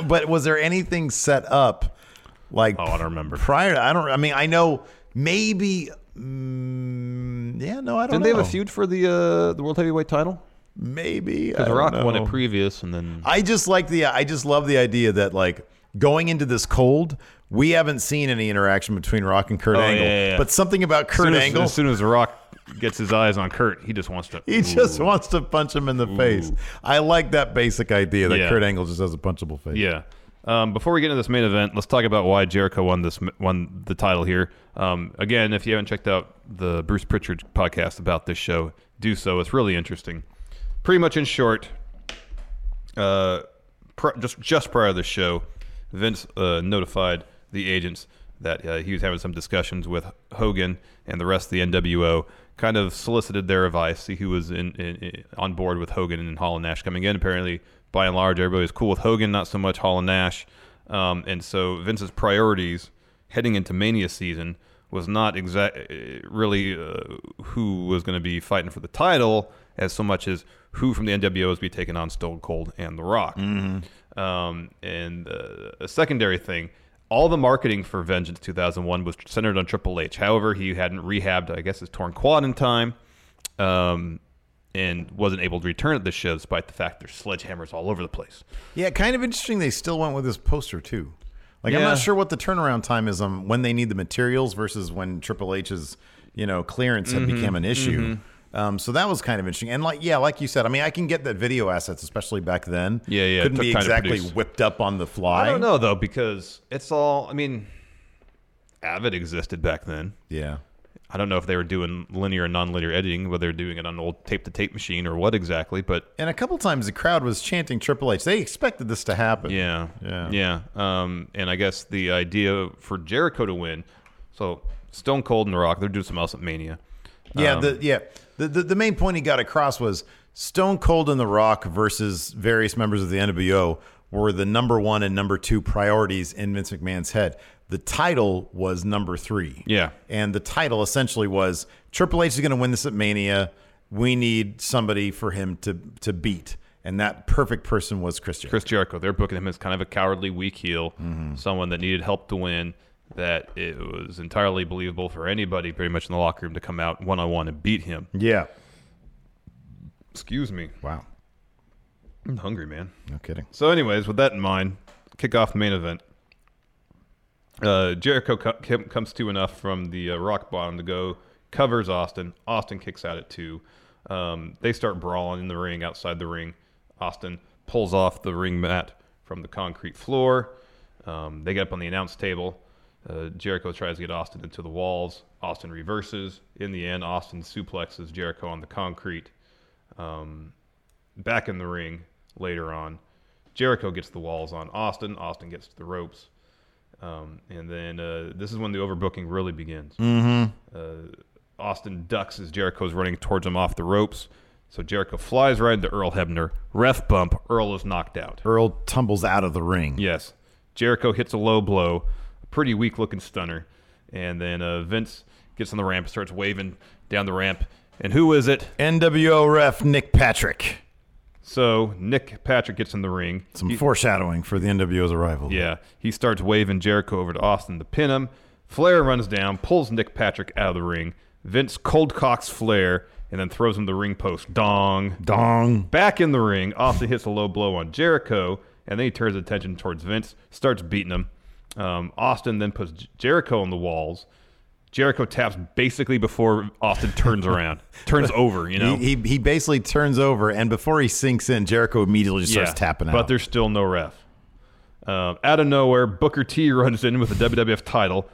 Speaker 13: but was there anything set up like Oh, I don't
Speaker 12: remember.
Speaker 13: Prior to, I don't I mean, I know maybe mm, yeah, no, I
Speaker 12: Didn't
Speaker 13: don't know.
Speaker 12: they have a feud for the uh, the World Heavyweight title?
Speaker 13: Maybe. I
Speaker 12: Because
Speaker 13: don't
Speaker 12: Rock won
Speaker 13: know.
Speaker 12: it previous, and then
Speaker 13: I just like the I just love the idea that like going into this cold, we haven't seen any interaction between Rock and Kurt
Speaker 12: Oh,
Speaker 13: Angle.
Speaker 12: yeah, yeah, yeah.
Speaker 13: But something about Kurt
Speaker 12: soon as-
Speaker 13: Angle
Speaker 12: As soon as The Rock gets his eyes on Kurt, he just wants to.
Speaker 13: He just wants to punch him in the face. I like that basic idea that
Speaker 12: Yeah.
Speaker 13: Kurt Angle just has a punchable face.
Speaker 12: Yeah. Um, before we get into this main event, let's talk about why Jericho won this won the title here. Um, again, if you haven't checked out the Bruce Pritchard podcast about this show, do so. It's really interesting. Pretty much in short, uh, pr- just just prior to the show, Vince uh, notified the agents that uh, he was having some discussions with Hogan and the rest of the NWO. Kind of solicited their advice. See who was in, in, in- on board with Hogan and Hall and Nash coming in. Apparently, by and large, everybody was cool with Hogan, not so much Hall and Nash. Um, and so Vince's priorities heading into Mania season was not exact really uh, who was going to be fighting for the title as so much as who from the NWO was be taking on Stone Cold and The Rock. Um, and uh, a secondary thing, all the marketing for Vengeance 2001 was centered on Triple H. However, he hadn't rehabbed, I guess, his torn quad in time. Um, and wasn't able to return at the show despite the fact there's sledgehammers all over the place.
Speaker 13: Yeah, kind of interesting they still went with this poster too. Like I'm
Speaker 12: Yeah.
Speaker 13: not sure what the turnaround time is on when they need the materials versus when Triple H's, you know, clearance had
Speaker 12: Mhm,
Speaker 13: become an issue.
Speaker 12: mhm.
Speaker 13: Um, so that was kind of interesting. And like yeah, like you said, I mean I can get that video assets, especially back then.
Speaker 12: Yeah, yeah, it
Speaker 13: Couldn't
Speaker 12: took
Speaker 13: be
Speaker 12: time to
Speaker 13: exactly
Speaker 12: produce.
Speaker 13: whipped up on the fly.
Speaker 12: I don't know though because it's all. I mean, Avid existed back then.
Speaker 13: Yeah.
Speaker 12: I don't know if they were doing linear and nonlinear editing, whether they're doing it on an old tape-to-tape machine or what exactly. But
Speaker 13: And a couple times the crowd was chanting Triple H. They expected this to happen.
Speaker 12: yeah, yeah, yeah. Um, and I guess the idea for Jericho to win, so Stone Cold and The Rock, they're doing some else at Mania.
Speaker 13: Yeah,
Speaker 12: Um,
Speaker 13: the yeah. The, the the main point he got across was Stone Cold and The Rock versus various members of the NWO were the number one and number two priorities in Vince McMahon's head. The title was number three.
Speaker 12: Yeah.
Speaker 13: And the title essentially was Triple H is gonna win this at Mania. We need somebody for him to to beat. And that perfect person was Chris Jericho.
Speaker 12: Chris Jericho. They're booking him as kind of a cowardly, weak heel, someone that needed help to win. That it was entirely believable for anybody, pretty much in the locker room, to come out one on one and beat him.
Speaker 13: Yeah.
Speaker 12: Excuse me.
Speaker 13: Wow.
Speaker 12: I'm hungry, man.
Speaker 13: No kidding.
Speaker 12: So, anyways, with that in mind, kick off the main event. Uh, Jericho co- com- comes to enough from the uh, rock bottom to go, covers Austin. Austin kicks out at two. Um, they start brawling in the ring, outside the ring. Austin pulls off the ring mat from the concrete floor. Um, they get up on the announce table. Uh, Jericho tries to get Austin into the walls. Austin reverses. In the end, Austin suplexes Jericho on the concrete. Um, back in the ring later on. Jericho gets the walls on Austin. Austin gets to the ropes. Um, and then uh, this is when the overbooking really begins.
Speaker 13: Mhm.
Speaker 12: Uh, Austin ducks as Jericho's running towards him off the ropes. So Jericho flies right into Earl Hebner. Ref bump. Earl is knocked out.
Speaker 13: Earl tumbles out of the ring.
Speaker 12: Yes. Jericho hits a low blow, a pretty weak looking stunner. And then uh, Vince gets on the ramp, starts waving down the ramp. And who is it?
Speaker 13: NWO ref Nick Patrick.
Speaker 12: So Nick Patrick gets in the ring.
Speaker 13: Some
Speaker 12: He-
Speaker 13: foreshadowing for the NWO's arrival.
Speaker 12: Yeah, he starts waving Jericho over to Austin to pin him. Flair runs down, pulls Nick Patrick out of the ring. Vince cold cocks Flair and then throws him to the ring post. Dong.
Speaker 13: Dong.
Speaker 12: Back in the ring, Austin hits a low blow on Jericho, and then he turns attention towards Vince, starts beating him. Um, Austin then puts J- Jericho on the walls. Jericho taps basically before Austin turns around, turns over, you know.
Speaker 13: He, he, he basically turns over, and before he sinks in, Jericho immediately just starts tapping out.
Speaker 12: But there's still no ref. Um, out of nowhere, Booker T runs in with the WWF title,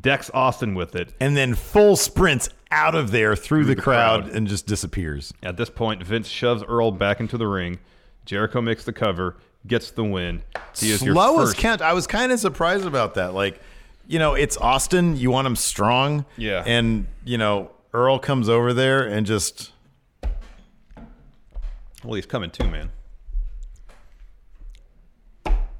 Speaker 12: decks Austin with it.
Speaker 13: and then full sprints out of there through, the,
Speaker 12: the
Speaker 13: crowd,
Speaker 12: crowd.
Speaker 13: and just disappears.
Speaker 12: At this point, Vince shoves Earl back into the ring. Jericho makes the cover, gets the win. He is your
Speaker 13: Slow as
Speaker 12: first-
Speaker 13: count. I was kind of surprised about that. Like, you know, it's Austin. You want him strong.
Speaker 12: Yeah.
Speaker 13: And, you know, Earl comes over there and just.
Speaker 12: Well, he's coming too, man.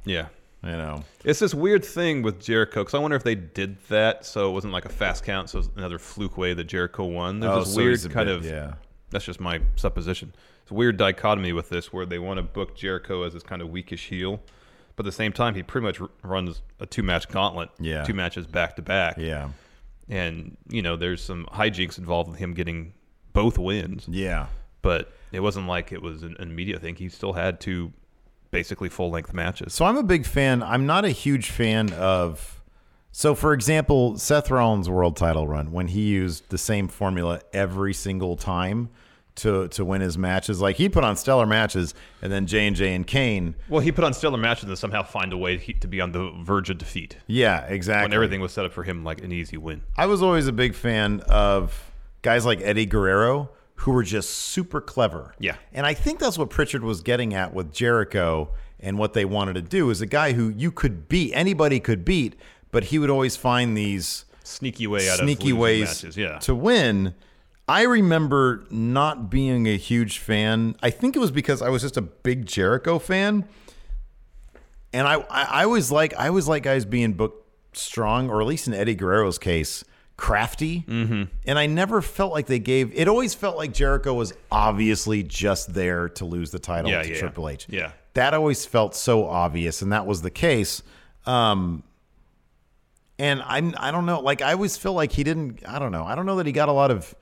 Speaker 12: Yeah.
Speaker 13: You know.
Speaker 12: It's this weird thing with Jericho because I wonder if they did that so it wasn't like a fast count, so it was another fluke way that Jericho won. There's
Speaker 13: Oh,
Speaker 12: this
Speaker 13: so
Speaker 12: weird
Speaker 13: he's a
Speaker 12: kind
Speaker 13: bit-
Speaker 12: of
Speaker 13: yeah.
Speaker 12: That's just my supposition. It's a weird dichotomy with this where they want to book Jericho as this kind of weakish heel, but at the same time he pretty much r- runs a two match gauntlet,
Speaker 13: Yeah.
Speaker 12: two matches back to back,
Speaker 13: yeah.
Speaker 12: And you know there's some hijinks involved with him getting both wins,
Speaker 13: Yeah.
Speaker 12: But it wasn't like it was an an immediate thing. He still had two basically full length matches.
Speaker 13: So I'm a big fan. I'm not a huge fan of. So, for example, Seth Rollins' world title run when he used the same formula every single time to to win his matches. Like he put on stellar matches, and then J and J and Kane.
Speaker 12: Well, he put on stellar matches and somehow find a way to, to be on the verge of defeat.
Speaker 13: Yeah, exactly.
Speaker 12: When everything was set up for him like an easy win.
Speaker 13: I was always a big fan of guys like Eddie Guerrero who were just super clever.
Speaker 12: Yeah.
Speaker 13: And I think that's what Pritchard was getting at with Jericho and what they wanted to do is a guy who you could beat, anybody could beat, but he would always find these
Speaker 12: Sneaky way out of
Speaker 13: sneaky
Speaker 12: losing
Speaker 13: ways
Speaker 12: matches, yeah.
Speaker 13: to win. I remember not being a huge fan. I think it was because I was just a big Jericho fan. And I, I, I always like I always like guys being booked strong, or at least in Eddie Guerrero's case, crafty. Mm-hmm. And I never felt like they gave. It always felt like Jericho was obviously just there to lose the title
Speaker 12: Yeah,
Speaker 13: to
Speaker 12: yeah, yeah.
Speaker 13: Triple H.
Speaker 12: Yeah.
Speaker 13: that always felt so obvious, and that was the case. Um, and I'm I don't know. Like I always feel like he didn't. I don't know. I don't know that he got a lot of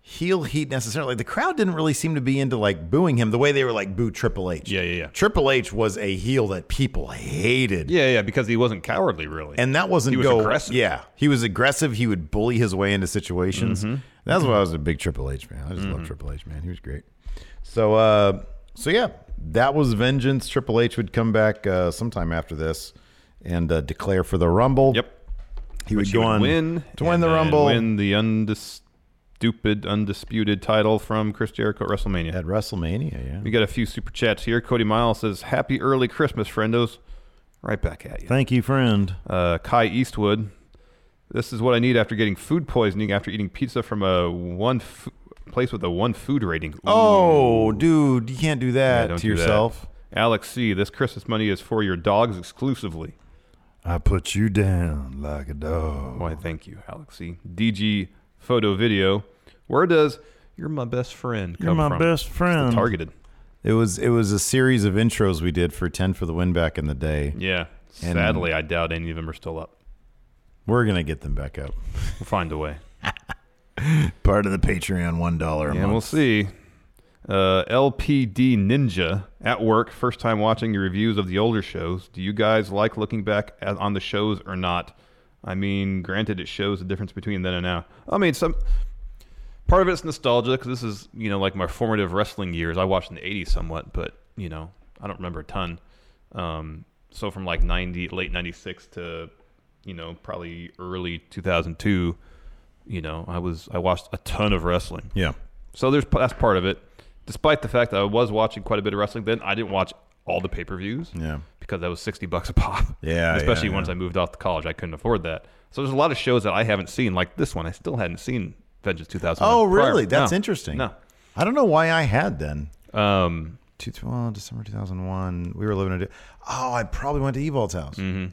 Speaker 13: heel heat necessarily. The crowd didn't really seem to be into like booing him the way they were like boo Triple H.
Speaker 12: Yeah, yeah, yeah.
Speaker 13: Triple H was a heel that people hated.
Speaker 12: Yeah, yeah, because he wasn't cowardly really.
Speaker 13: And that wasn't
Speaker 12: He was
Speaker 13: go.
Speaker 12: aggressive.
Speaker 13: Yeah, he was aggressive. He would bully his way into situations.
Speaker 12: Mhm.
Speaker 13: That's why I was a big Triple H man. I just love
Speaker 12: Mhm.
Speaker 13: Triple H man. He was great. So, uh, so yeah, that was Vengeance. Triple H would come back uh, sometime after this and uh, declare for the Rumble. Yep, he
Speaker 12: Which
Speaker 13: would go on
Speaker 12: win
Speaker 13: to win
Speaker 12: and
Speaker 13: the
Speaker 12: then
Speaker 13: Rumble.
Speaker 12: win the undis- stupid undisputed title from Chris Jericho at WrestleMania.
Speaker 13: At WrestleMania, yeah.
Speaker 12: We got a few super chats here. Cody Miles says, "Happy early Christmas, friendos." Right back at you.
Speaker 13: Thank you, friend.
Speaker 12: Uh, Kai Eastwood. This is what I need after getting food poisoning after eating pizza from a one f- place with a one food rating.
Speaker 13: Oh, dude, you can't do
Speaker 12: Yeah,
Speaker 13: that
Speaker 12: don't
Speaker 13: to
Speaker 12: do that.
Speaker 13: yourself.
Speaker 12: Alex C, this Christmas money is for your dogs exclusively.
Speaker 13: I put you down like a dog.
Speaker 12: Why, thank you, Alex C. DG Photo Video. Where does "You're my best friend" come
Speaker 13: You're my
Speaker 12: from?
Speaker 13: best
Speaker 12: It's the
Speaker 13: friend.
Speaker 12: targeted.
Speaker 13: It was it was a series of intros we did for Ten for the Win back in the day.
Speaker 12: Yeah.
Speaker 13: And
Speaker 12: Sadly, I doubt any of them are still up.
Speaker 13: we're gonna get them back up.
Speaker 12: We'll find a way.
Speaker 13: Part of the Patreon, one dollar.
Speaker 12: Yeah, we'll see. Uh, LPD Ninja at work. First time watching your reviews of the older shows. Do you guys like looking back at, on the shows or not? I mean, granted, it shows the difference between then and now. I mean, some part of it's nostalgia because this is you know like my formative wrestling years. I watched in the '80s somewhat, but you know I don't remember a ton. Um, so from like '90, late '96 to you know probably early 2002, you know I was I watched a ton of wrestling.
Speaker 13: Yeah.
Speaker 12: So there's that's part of it. Despite the fact that I was watching quite a bit of wrestling then, I didn't watch all the pay per views.
Speaker 13: Yeah.
Speaker 12: Because that was sixty bucks a pop.
Speaker 13: Yeah,
Speaker 12: Especially
Speaker 13: yeah,
Speaker 12: once
Speaker 13: yeah.
Speaker 12: I moved off to college, I couldn't afford that. So there's a lot of shows that I haven't seen, like this one. I still hadn't seen Vengeance 2000.
Speaker 13: Oh, really? That's interesting. No. I don't know why I had then.
Speaker 12: Um,
Speaker 13: Two, well, December 2001. We were living at. Oh, I probably went to Evol's house.
Speaker 12: Mm-hmm.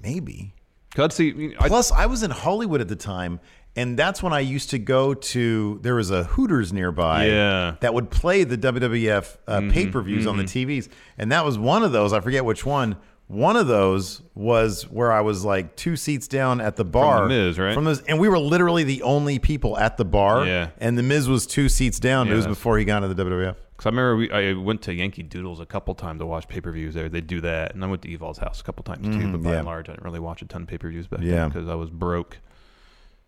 Speaker 13: Maybe.
Speaker 12: God, see.
Speaker 13: Plus, I was in Hollywood at the time, and that's when I used to go to. There was a Hooters nearby.
Speaker 12: Yeah. Mm-hmm,
Speaker 13: That would play the WWF uh, pay per views on the TVs, and that was one of those. I forget which one. One of those was where I was like two seats down at the bar.
Speaker 12: Miz, right?
Speaker 13: From those, and we were literally the only people at the bar.
Speaker 12: Yeah.
Speaker 13: And the Miz was two seats down.
Speaker 12: Yeah,
Speaker 13: it was
Speaker 12: that's-
Speaker 13: before he got into the WWF.
Speaker 12: Because I remember we, I went to Yankee Doodles a couple times to watch pay per views there. They do that. And I went to Evol's house a couple times too.
Speaker 13: Mhm,
Speaker 12: but by
Speaker 13: yeah.
Speaker 12: and large, I didn't really watch a ton of pay per views back
Speaker 13: Yeah.
Speaker 12: then because I was broke.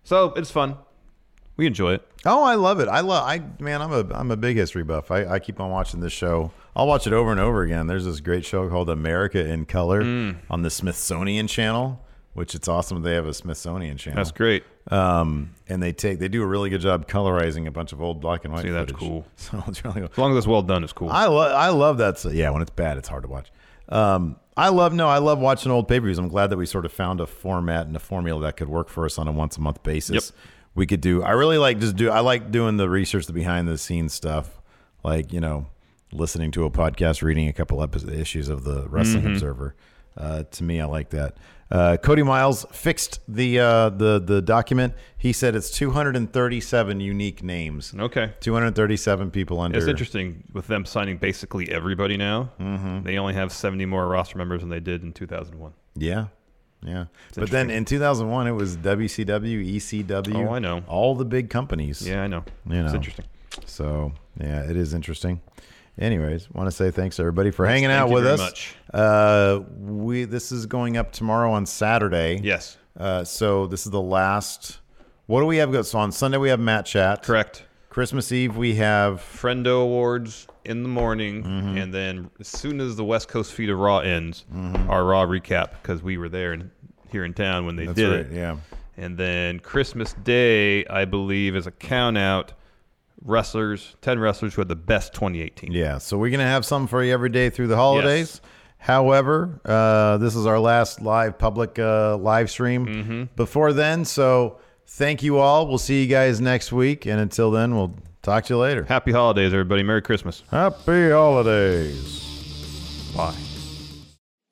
Speaker 12: So it's fun. We enjoy it.
Speaker 13: Oh, I love it. I love. I man, I'm a I'm a big history buff. I, I keep on watching this show. I'll watch it over and over again. There's this great show called America in Color
Speaker 12: Mm.
Speaker 13: on the Smithsonian Channel, which it's awesome they have a Smithsonian channel.
Speaker 12: That's great.
Speaker 13: Um, and they take they do a really good job colorizing a bunch of old black and white.
Speaker 12: See, that's
Speaker 13: footage.
Speaker 12: cool.
Speaker 13: So it's really cool.
Speaker 12: As long as it's well done, it's cool.
Speaker 13: I love I love that. So, yeah, when it's bad, it's hard to watch. Um, I love no, I love watching old pay per views. I'm glad that we sort of found a format and a formula that could work for us on a once a month basis. We could do. I really like just do. I like doing the research, the behind the scenes stuff, like you know, listening to a podcast, reading a couple episodes, issues of the Wrestling
Speaker 12: Mhm.
Speaker 13: Observer. Uh, to me, I like that. Uh, Cody Miles fixed the uh, the the document. He said it's 237 unique names.
Speaker 12: Okay,
Speaker 13: 237 people under.
Speaker 12: It's interesting with them signing basically everybody now. Mm-hmm. They only have 70 more roster members than they did in 2001.
Speaker 13: Yeah. Yeah.
Speaker 12: It's
Speaker 13: but then in 2001, it was WCW, ECW.
Speaker 12: Oh, I know.
Speaker 13: E All the big companies.
Speaker 12: Yeah, I know.
Speaker 13: You know.
Speaker 12: It's interesting.
Speaker 13: So, yeah, it is interesting. Anyways, want to say thanks to everybody for
Speaker 12: Yes,
Speaker 13: hanging
Speaker 12: thank
Speaker 13: out
Speaker 12: you
Speaker 13: with
Speaker 12: very
Speaker 13: us.
Speaker 12: much.
Speaker 13: Uh, we this is going up tomorrow on Saturday.
Speaker 12: Yes.
Speaker 13: Uh, so this is the last. What do we have? Go- So on Sunday we have Matt Chat.
Speaker 12: Correct.
Speaker 13: Christmas Eve we have
Speaker 12: Friendo Awards in the morning,
Speaker 13: Mm-hmm.
Speaker 12: and then as soon as the West Coast feed of Raw ends,
Speaker 13: Mm-hmm.
Speaker 12: our Raw recap because we were there and here in town when they
Speaker 13: That's
Speaker 12: did
Speaker 13: right,
Speaker 12: it.
Speaker 13: yeah.
Speaker 12: And then Christmas Day, I believe, is a count out. Wrestlers, ten wrestlers who had the best 2018.
Speaker 13: Yeah, so we're gonna have some for you every day through the holidays. However, uh, this is our last live public uh, live stream before then. So thank you all. We'll see you guys next week, and until then, we'll talk to you later.
Speaker 12: Happy holidays, everybody. Merry Christmas.
Speaker 13: Happy holidays.
Speaker 12: Bye.